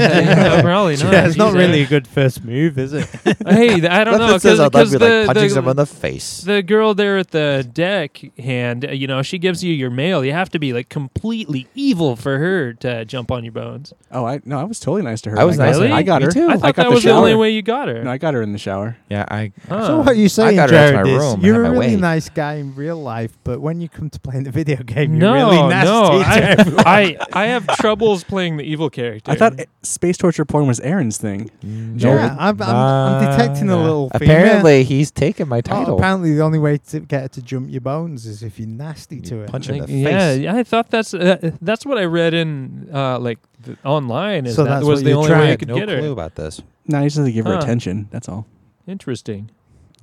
C: yeah, probably not.
F: yeah, it's not
C: Jeez,
F: really
C: I-
F: a good first move, is it?
C: hey, th- I don't know
D: That's what it says on
C: because
D: that,
C: the,
D: be like punching
C: the-
D: someone in the face.
C: the girl there at the deck hand, uh, you know, she gives you your mail. You have to be like completely evil for her to jump on your bones.
B: Oh, I no, I was totally nice to her.
D: I was
B: got-
C: nice to her.
B: Oh, I got
D: Me
B: her.
D: too.
C: I
D: I
C: thought
B: got
C: that
B: the
C: was the only
B: shower.
C: way you got her.
B: No, I got her in the shower.
D: yeah, I
C: Huh.
F: So what you're saying,
D: got her into my
F: Jared, is
D: room and
F: you're
D: had
F: a
D: my
F: really
D: way.
F: nice guy in real life, but when you come to play in the video game,
C: no,
F: you're really nasty.
C: no,
F: to everyone.
C: I, I, I have troubles playing the evil character.
B: I thought eh, space torture porn was Aaron's thing.
D: No,
F: Yeah, I'm- I'm- I'm detecting a
D: nah.
F: little female.
D: Apparently, he's taken my
F: Oh,
D: title.
F: apparently, the only way to get it to jump your bones is if you're nasty
D: You
F: to it.
D: punch in the
C: yeah,
D: face.
C: yeah, I thought that's uh, that's what I read in uh, like the, online. Is
F: So
C: that
F: that's
C: was
F: what
C: the
F: you
C: only
D: I
C: way you
F: tried.
D: had
C: could
D: no
C: get her?
D: clue about this.
B: No, I just had to give her
C: Huh.
B: attention. That's all.
C: Interesting.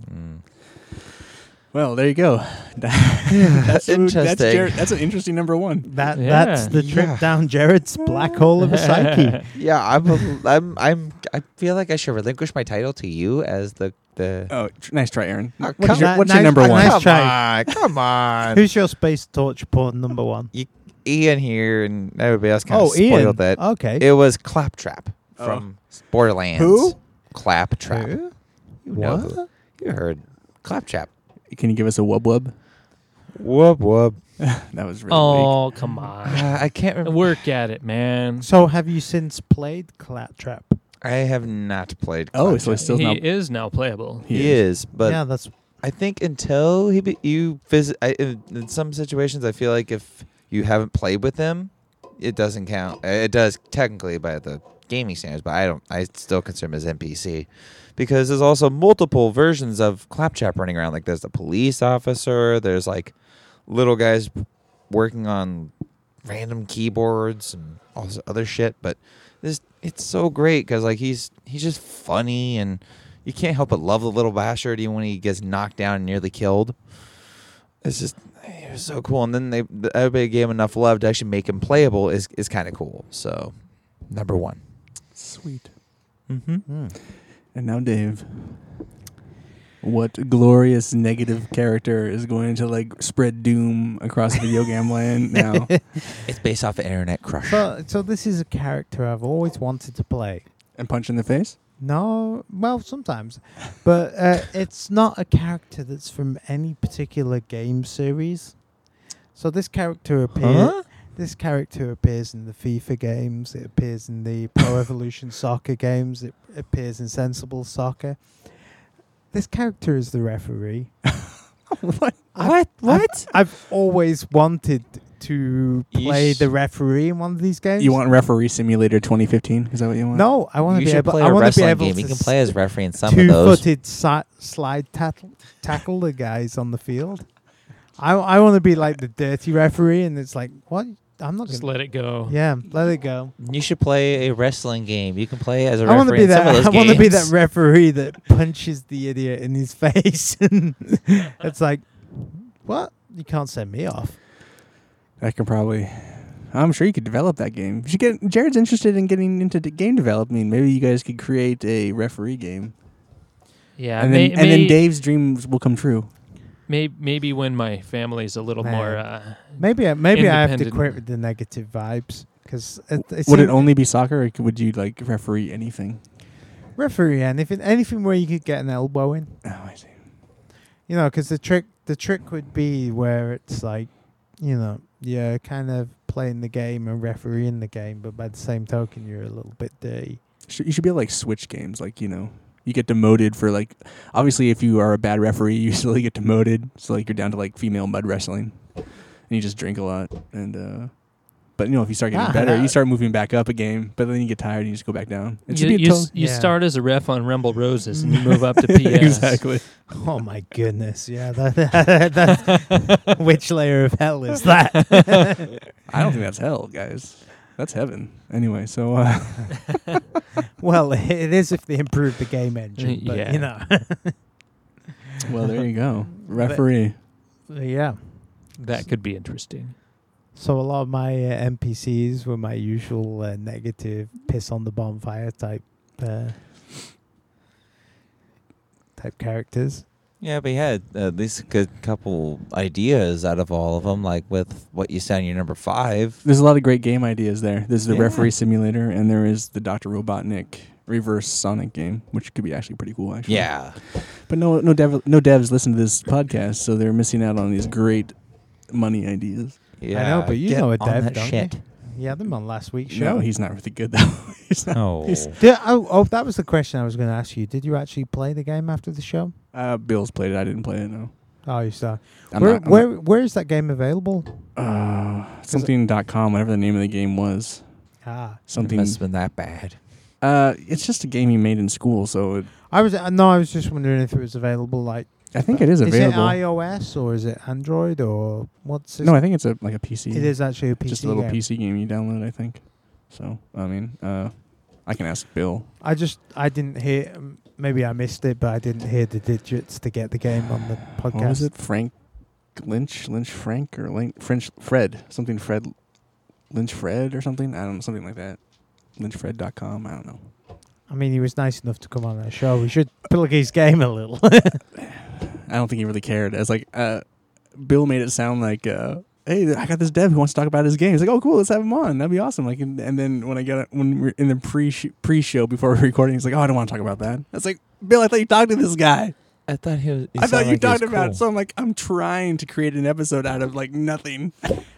D: Mm.
B: Well, there you go.
D: That's
B: That's,
D: interesting.
B: Jared- that's an interesting number one.
F: That
C: Yeah.
F: that's the trip
D: Yeah.
F: down Jared's black hole of a psyche.
D: Yeah, I'm, a, I'm, I'm. I feel like I should relinquish my title to you as the the.
B: Oh, tr- nice try, Aaron.
D: Oh,
B: What is
D: come
B: your,
F: on.
B: what's your
F: Nice-
B: number
F: a
B: one?
F: nice
D: come
F: try.
D: on, come on.
F: Who's your space torch porn number one?
D: Ian here and everybody else kind of
F: oh,
D: spoiled
F: Ian.
D: that.
F: Okay.
D: It was Claptrap
B: Oh.
D: from Borderlands.
B: Who?
D: Claptrap.
F: Who?
D: You know who. You heard Claptrap.
B: Can you give us a wub wub?
D: Whoop whoop.
B: That was really weak.
C: Oh come on,
D: Uh, I can't remember.
C: work at it, man.
F: So, have you since played Claptrap?
D: I have not played.
B: Oh, so
D: Contra.
B: it's still
C: he
B: not.
C: is now playable.
D: he, is, but
F: yeah, that's
D: I think until he be, you visit, I, in in some situations, I feel like if you haven't played with him, it doesn't count. Uh, It does technically by the gaming standards, but I don't. I still consider him as NPC because there's also multiple versions of Claptrap running around. Like there's the police officer. There's like little guys working on random keyboards and all this other shit. But this it's so great because like he's he's just funny and you can't help but love the little bastard even when he gets knocked down and nearly killed. It's just it was so cool. And then they the- everybody gave him enough love to actually make him playable is is kind of cool. So number one.
B: Sweet.
D: Mm-hmm.
F: hmm.
B: And now Dave. What glorious negative character is going to like spread doom across video game land now?
D: It's based off of Internet Crush.
F: so. So this is a character I've always wanted to play.
B: and punch in the face?
F: No, well, sometimes, but uh, it's not a character that's from any particular game series. So this character appears. This character appears in the FIFA games. It appears in the Pro Evolution Soccer games. It appears in Sensible Soccer. This character is the referee.
B: what?
F: What? What? I've, always wanted to
D: You
F: play
D: sh-
F: the referee in one of these games.
B: You want Referee Simulator 2015? Is that what you want?
F: No, I want
D: you
F: to be
D: should
F: able.
D: play
F: I
D: a
F: want to be
D: wrestling
F: able
D: game.
F: to
D: You can play as referee in some of those.
F: two-footed si- slide tackle, tackle the guys on the field. I I want to be like the dirty referee, and it's like, what? I'm not
C: Just
F: gonna.
C: let it go.
F: yeah, let it go.
D: You should play a wrestling game. You can play as a
F: I
D: referee
F: want to be
D: in some of
F: that.
D: those
F: I want to be that
D: games.
F: referee that punches the idiot in his face, and it's like, what? You can't send me off.
B: I could probably. I'm sure you could develop that game. You should get Jared's interested in getting into de- game development. Maybe you guys could create a referee game,
C: Yeah,
B: and then
C: may-
B: and
C: may-
B: then Dave's dreams will come true.
C: may- maybe when my family's a little
F: Man.
C: more. Uh,
F: Maybe I- maybe I have to
C: Independent.
F: quit with the negative vibes because it, it
B: Would
F: seems-
B: it only be soccer, or could- would you like referee anything?
F: referee anything anything where you could get an elbow in.
B: Oh, I see.
F: you know, 'cause the trick the trick would be where it's like, you know, you're kind of playing the game and refereeing the game, but by the same token, you're a little bit dirty.
B: Sh- You should be able to, like switch games, like you know, you get demoted for like. Obviously, if you are a bad referee, you still get demoted. So like you're down to like female mud wrestling, and you just drink a lot. And uh but you know, if you start getting
F: Ah,
B: better, you
F: that-
B: start moving back up a game. But then you get tired and you just go back down. It
C: you
B: should be a
C: you,
B: total-
C: s- you
F: yeah.
C: start as a ref on Rumble Roses and you move up to PS.
B: exactly.
F: Oh my goodness, yeah, that, that- which layer of hell is that?
B: I don't think that's hell, guys. That's heaven. Anyway, so uh,
F: well, it is if they improve the game engine, but
C: Yeah.
F: you know,
B: well, there you go. Referee.
F: yeah.
C: That could be interesting.
F: So a lot of my uh, NPCs were my usual uh, negative piss on the bonfire type uh, type characters.
D: Yeah, but he had at least a good couple ideas out of all of them, like with what you said in your number five.
B: There's a lot of great game ideas there. There's the
D: Yeah.
B: referee simulator, and there is the Doctor Robotnik reverse Sonic game, which could be actually pretty cool. Actually,
D: Yeah.
B: But no, no dev, no devs listen to this podcast, so they're missing out on these great money ideas.
D: Yeah.
F: but you
D: get
F: know a
D: on
F: dev,
D: that
F: don't you?
D: shit.
F: Yeah, them on last week's show.
B: No, he's not really good though. he's not.
D: No.
B: He's-
F: Did, oh, oh, that was the question I was going to ask you. Did you actually play the game after the show?
B: Uh, Bill's played it. I didn't play it. No.
F: Oh, you saw.
B: I'm
F: where
B: not- I'm
F: where where is that game available?
B: not- uh, something dot com, whatever the name of the game was.
F: Ah,
D: It
B: Something.
D: must have been that bad.
B: Uh, it's just a game he made in school, so it,
F: I was uh, no, I was just wondering if it was available. Like,
B: I think it is available.
F: Is it iOS or is it Android or what's?
B: no, I think it's a like a PC.
F: it is actually a PC
B: just a little
F: game.
B: PC game you download, I think. So I mean, uh, I can ask Bill.
F: I just I didn't hear. um, Maybe I missed it, but I didn't hear the digits to get the game on the podcast.
B: What was it? Frank Lynch, Lynch Frank, or Lynch, French Fred? Something Fred, Lynch Fred or something. I don't know, something like that. Lynchfred.com. I don't know.
F: I mean, he was nice enough to come on our show. We should plug his game a little.
B: I don't think he really cared. As like, uh, Bill made it sound like, uh, "Hey, I got this dev who wants to talk about his game." He's like, "Oh, cool, let's have him on. That'd be awesome." Like, and, and then when I got when we're in the pre pre show before we're recording, he's like, "Oh, I don't want to talk about that." That's like, Bill, I thought you talked to this guy.
D: I thought he was. he
B: I thought
D: sounded
B: you
D: like he was
B: talked about.
D: cool.
B: it, So I'm like, I'm trying to create an episode out of like nothing.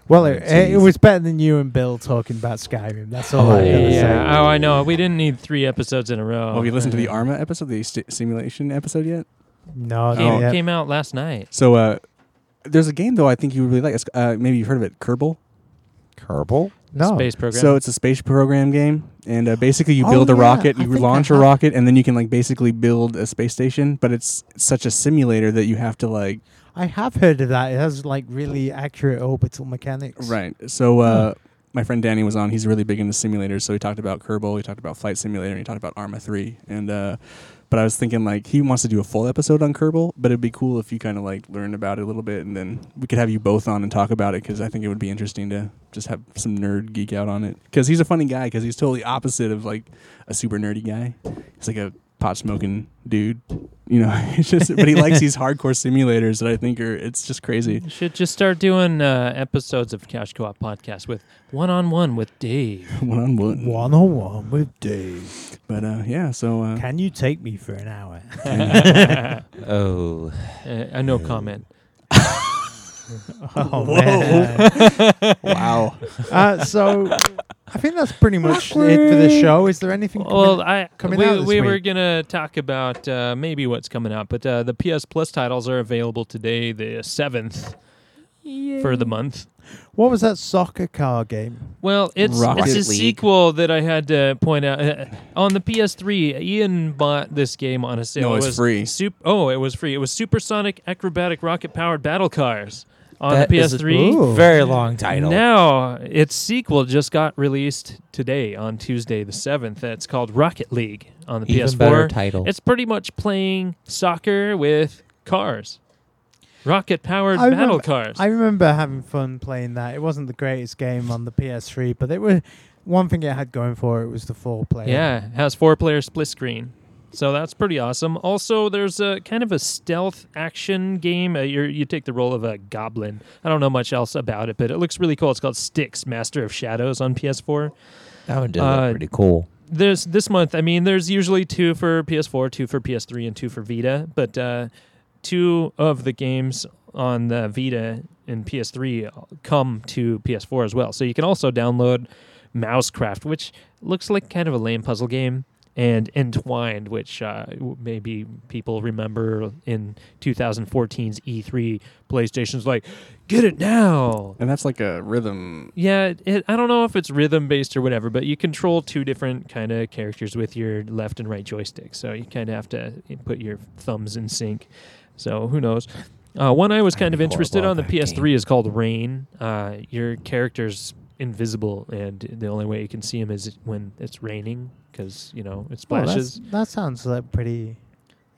A: Well, it,
D: Jeez.
A: it was better than you and Bill talking about Skyrim. That's all I'm gonna say.
C: yeah. Oh, I know. We didn't need three episodes in a row.
B: Oh, have you listened to the Arma episode, the st- simulation episode yet?
A: No,
C: Came,
A: no, yeah.
C: came out last night.
B: So uh, there's a game though I think you would really like. It's, Uh, maybe you've heard of it, Kerbal.
D: Kerbal.
A: no.
C: Space program.
B: So it's a space program game, and uh, basically you
A: Oh,
B: build a
A: yeah,
B: rocket,
A: I
B: you
A: think I
B: launch a
A: have-
B: rocket, and then you can like basically build a space station. But it's such a simulator that you have to like
A: I have heard of that. It has like really accurate orbital mechanics.
B: Right. So uh, my friend Danny was on. He's really big into simulators. So he talked about Kerbal, he talked about Flight Simulator, and he talked about Arma Three. And uh, but I was thinking like he wants to do a full episode on Kerbal, but it'd be cool if you kind of like learned about it a little bit, and then we could have you both on and talk about it because I think it would be interesting to just have some nerd geek out on it. Because he's a funny guy. Because he's totally opposite of like a super nerdy guy. He's like a pot smoking dude, you know. It's just, but he likes these hardcore simulators that I think are it's just crazy.
C: Should just start doing uh, episodes of Couch Co-op podcast with one on one with Dave.
B: One on one.
A: One on one with Dave.
B: But uh, yeah, so uh,
A: Can you take me for an hour?
C: uh,
D: Oh,
C: uh, no comment.
A: Oh, man.
B: wow.
A: uh, so I think that's pretty much it for the show. Is there anything? coming-
C: Well, I
A: coming
C: we,
A: out this
C: we were
A: week?
C: gonna talk about uh, maybe what's coming out, but uh, the PS Plus titles are available today, the seventh for the month.
A: what was that soccer car game?
C: Well, it's
B: Rocket
C: it's a
D: League.
C: sequel that I had to point out Uh, on the PS3. Ian bought this game on a sale.
B: No,
C: It
B: it's
C: was
B: free.
C: Sup- oh, it was free. It was supersonic acrobatic rocket powered battle cars on
D: That
C: the
D: is a-
C: PS3.
A: Ooh.
D: very long title.
C: Now, its sequel just got released today on Tuesday the 7th. It's called Rocket League on the
D: Even
C: PS4.
D: better title.
C: It's pretty much playing soccer with cars. Rocket powered
A: I
C: battle
A: remember-
C: cars.
A: I remember having fun playing that. It wasn't the greatest game on the PS3, but it was one thing it had going for it was the four player.
C: yeah, it has four player split screen. So that's pretty awesome. Also, there's a kind of a stealth action game. Uh, you're, you take the role of a goblin. I don't know much else about it, but it looks really cool. It's called Styx, Master of Shadows on PS4.
D: that one did
C: uh,
D: look pretty cool.
C: there's this month. I mean, there's usually two for PS4, two for PS3, and two for Vita. But uh, two of the games on the Vita and PS3 come to PS4 as well. So you can also download Mousecraft, which looks like kind of a lame puzzle game, and Entwined, which uh, w- maybe people remember in 2014's E3 E PlayStation's like, get it now.
B: And that's like a rhythm.
C: Yeah, it- it, I don't know if it's rhythm based or whatever, but you control two different kind of characters with your left and right joystick. So you kind of have to put your thumbs in sync. So who knows? Uh, one I was kind
D: I'm
C: of interested
D: horrible
C: on the
D: at that
C: PS3 is called Rain. Uh, your character's invisible, and the only way you can see him is when it's raining because you know it
A: Well,
C: splashes.
A: that's- that sounds like pretty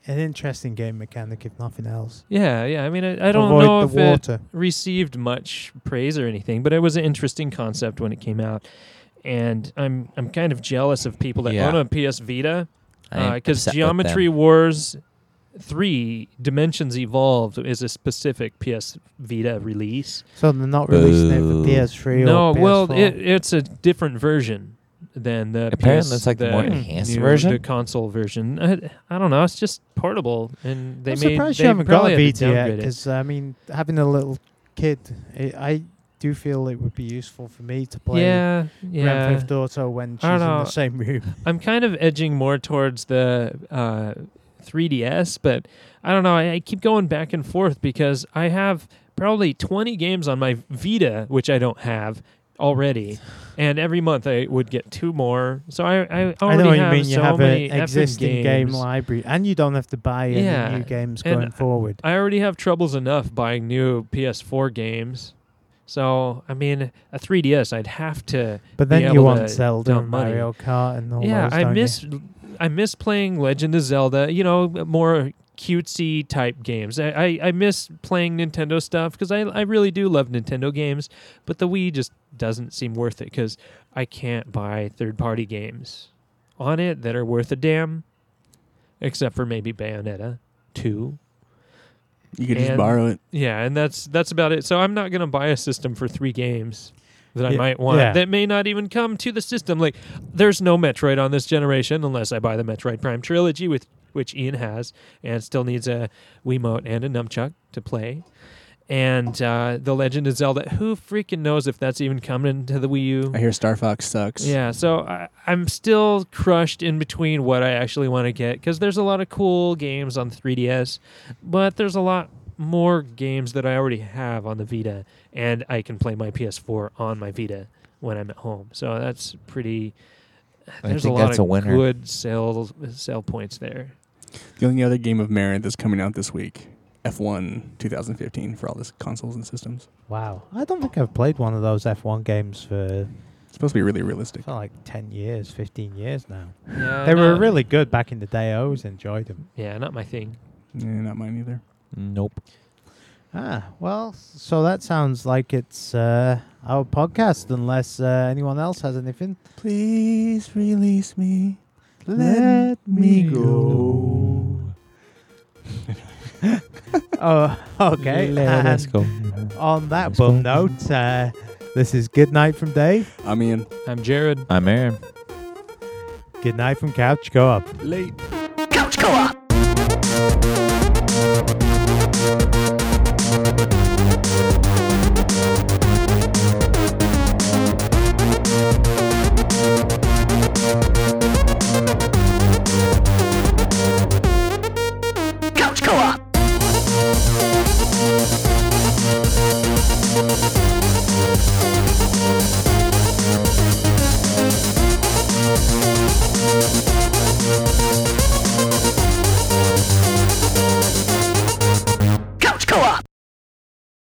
A: an interesting game mechanic, if nothing else.
C: yeah, yeah. I mean, I, I don't
A: Avoid
C: know
A: the
C: if it,
A: water.
C: received much praise or anything, but it was an interesting concept when it came out. And I'm I'm kind of jealous of people that
D: Yeah.
C: own a PS Vita
D: I am
C: because
D: upset with
C: Geometry
D: them.
C: Wars Three Dimensions Evolved is a specific PS Vita release.
A: So they're not
F: Uh,
A: releasing it for
D: Boo.
A: PS3
C: no,
A: or PS4.
C: well, it, it's a different version than the
D: Apparently
C: PS,
D: it's like the more enhanced
C: new-
D: version?
C: the console version. I, I don't know. It's just portable, and they
A: I'm
C: made
A: surprised
C: they
A: you haven't got
C: probably
A: a
C: had to
A: Vita yet,
C: downgrade it.
A: because I mean, having a little kid, it, I do feel it would be useful for me to play
C: Yeah,
A: Grand
C: yeah.
A: Theft Auto when she's
C: I
A: in
C: don't
A: the
C: know.
A: same room.
C: I'm kind of edging more towards the uh, 3DS, but I don't know. I, I keep going back and forth because I have probably 20 games on my Vita, which I don't have already, and every month I would get two more. So I, I already
A: I know what you
C: have
A: mean. You
C: so
A: have
C: many
A: an
C: effing
A: existing game
C: games.
A: library, and you don't have to buy any
C: Yeah,
A: new games
C: and
A: going forward.
C: I already have troubles enough buying new PS4 games. So I mean, a 3DS, I'd have to.
A: But
C: be
A: then you
C: able
A: want
C: to
A: Zelda
C: dump
A: and
C: money.
A: Mario Kart and all
C: yeah,
A: those,
C: I
A: don't you?
C: miss I miss playing Legend of Zelda. You know, more cutesy type games. I I, I miss playing Nintendo stuff because I I really do love Nintendo games, but the Wii just doesn't seem worth it because I can't buy third party games on it that are worth a damn, except for maybe Bayonetta two.
B: You could just
C: And-
B: borrow it.
C: Yeah, and that's that's about it. So I'm not gonna buy a system for three games that I
A: Yeah,
C: might want
A: yeah.
C: that may not even come to the system. Like, there's no Metroid on this generation unless I buy the Metroid Prime trilogy, which which Ian has, and still needs a Wiimote and a Nunchuck to play. And uh, The Legend of Zelda. Who freaking knows if that's even coming to the Wii U?
B: I hear Star Fox sucks.
C: Yeah, so I, I'm still crushed in between what I actually want to get because there's a lot of cool games on 3DS, but there's a lot more games that I already have on the Vita, and I can play my PS4 on my Vita when I'm at home. So that's pretty.
D: I
C: There's
D: think
C: a lot
D: that's a
C: of
D: winner.
C: good sales sale points there.
B: The only other game of merit that's coming out this week, F1 2015 for all this consoles and systems.
H: Wow.
F: I don't think I've played one of those F1 games for,
B: It's supposed to be really realistic.
F: for like 10 years, 15 years now.
C: Yeah,
F: They were
C: not-
F: really good back in the day. I always enjoyed them.
C: Yeah, not my thing.
B: Yeah, not mine either.
D: Nope.
F: Ah, well, so that sounds like it's uh, our podcast, unless uh, anyone else has anything.
B: Please release me.
F: Let me go. oh, okay.
D: Let's
F: and
D: go.
F: on that bum note, uh, this is good night from Dave,
B: I'm Ian.
C: I'm Jared.
D: I'm Aaron.
F: good night from Couch Go Up.
B: Late.
I: Couch Co-op.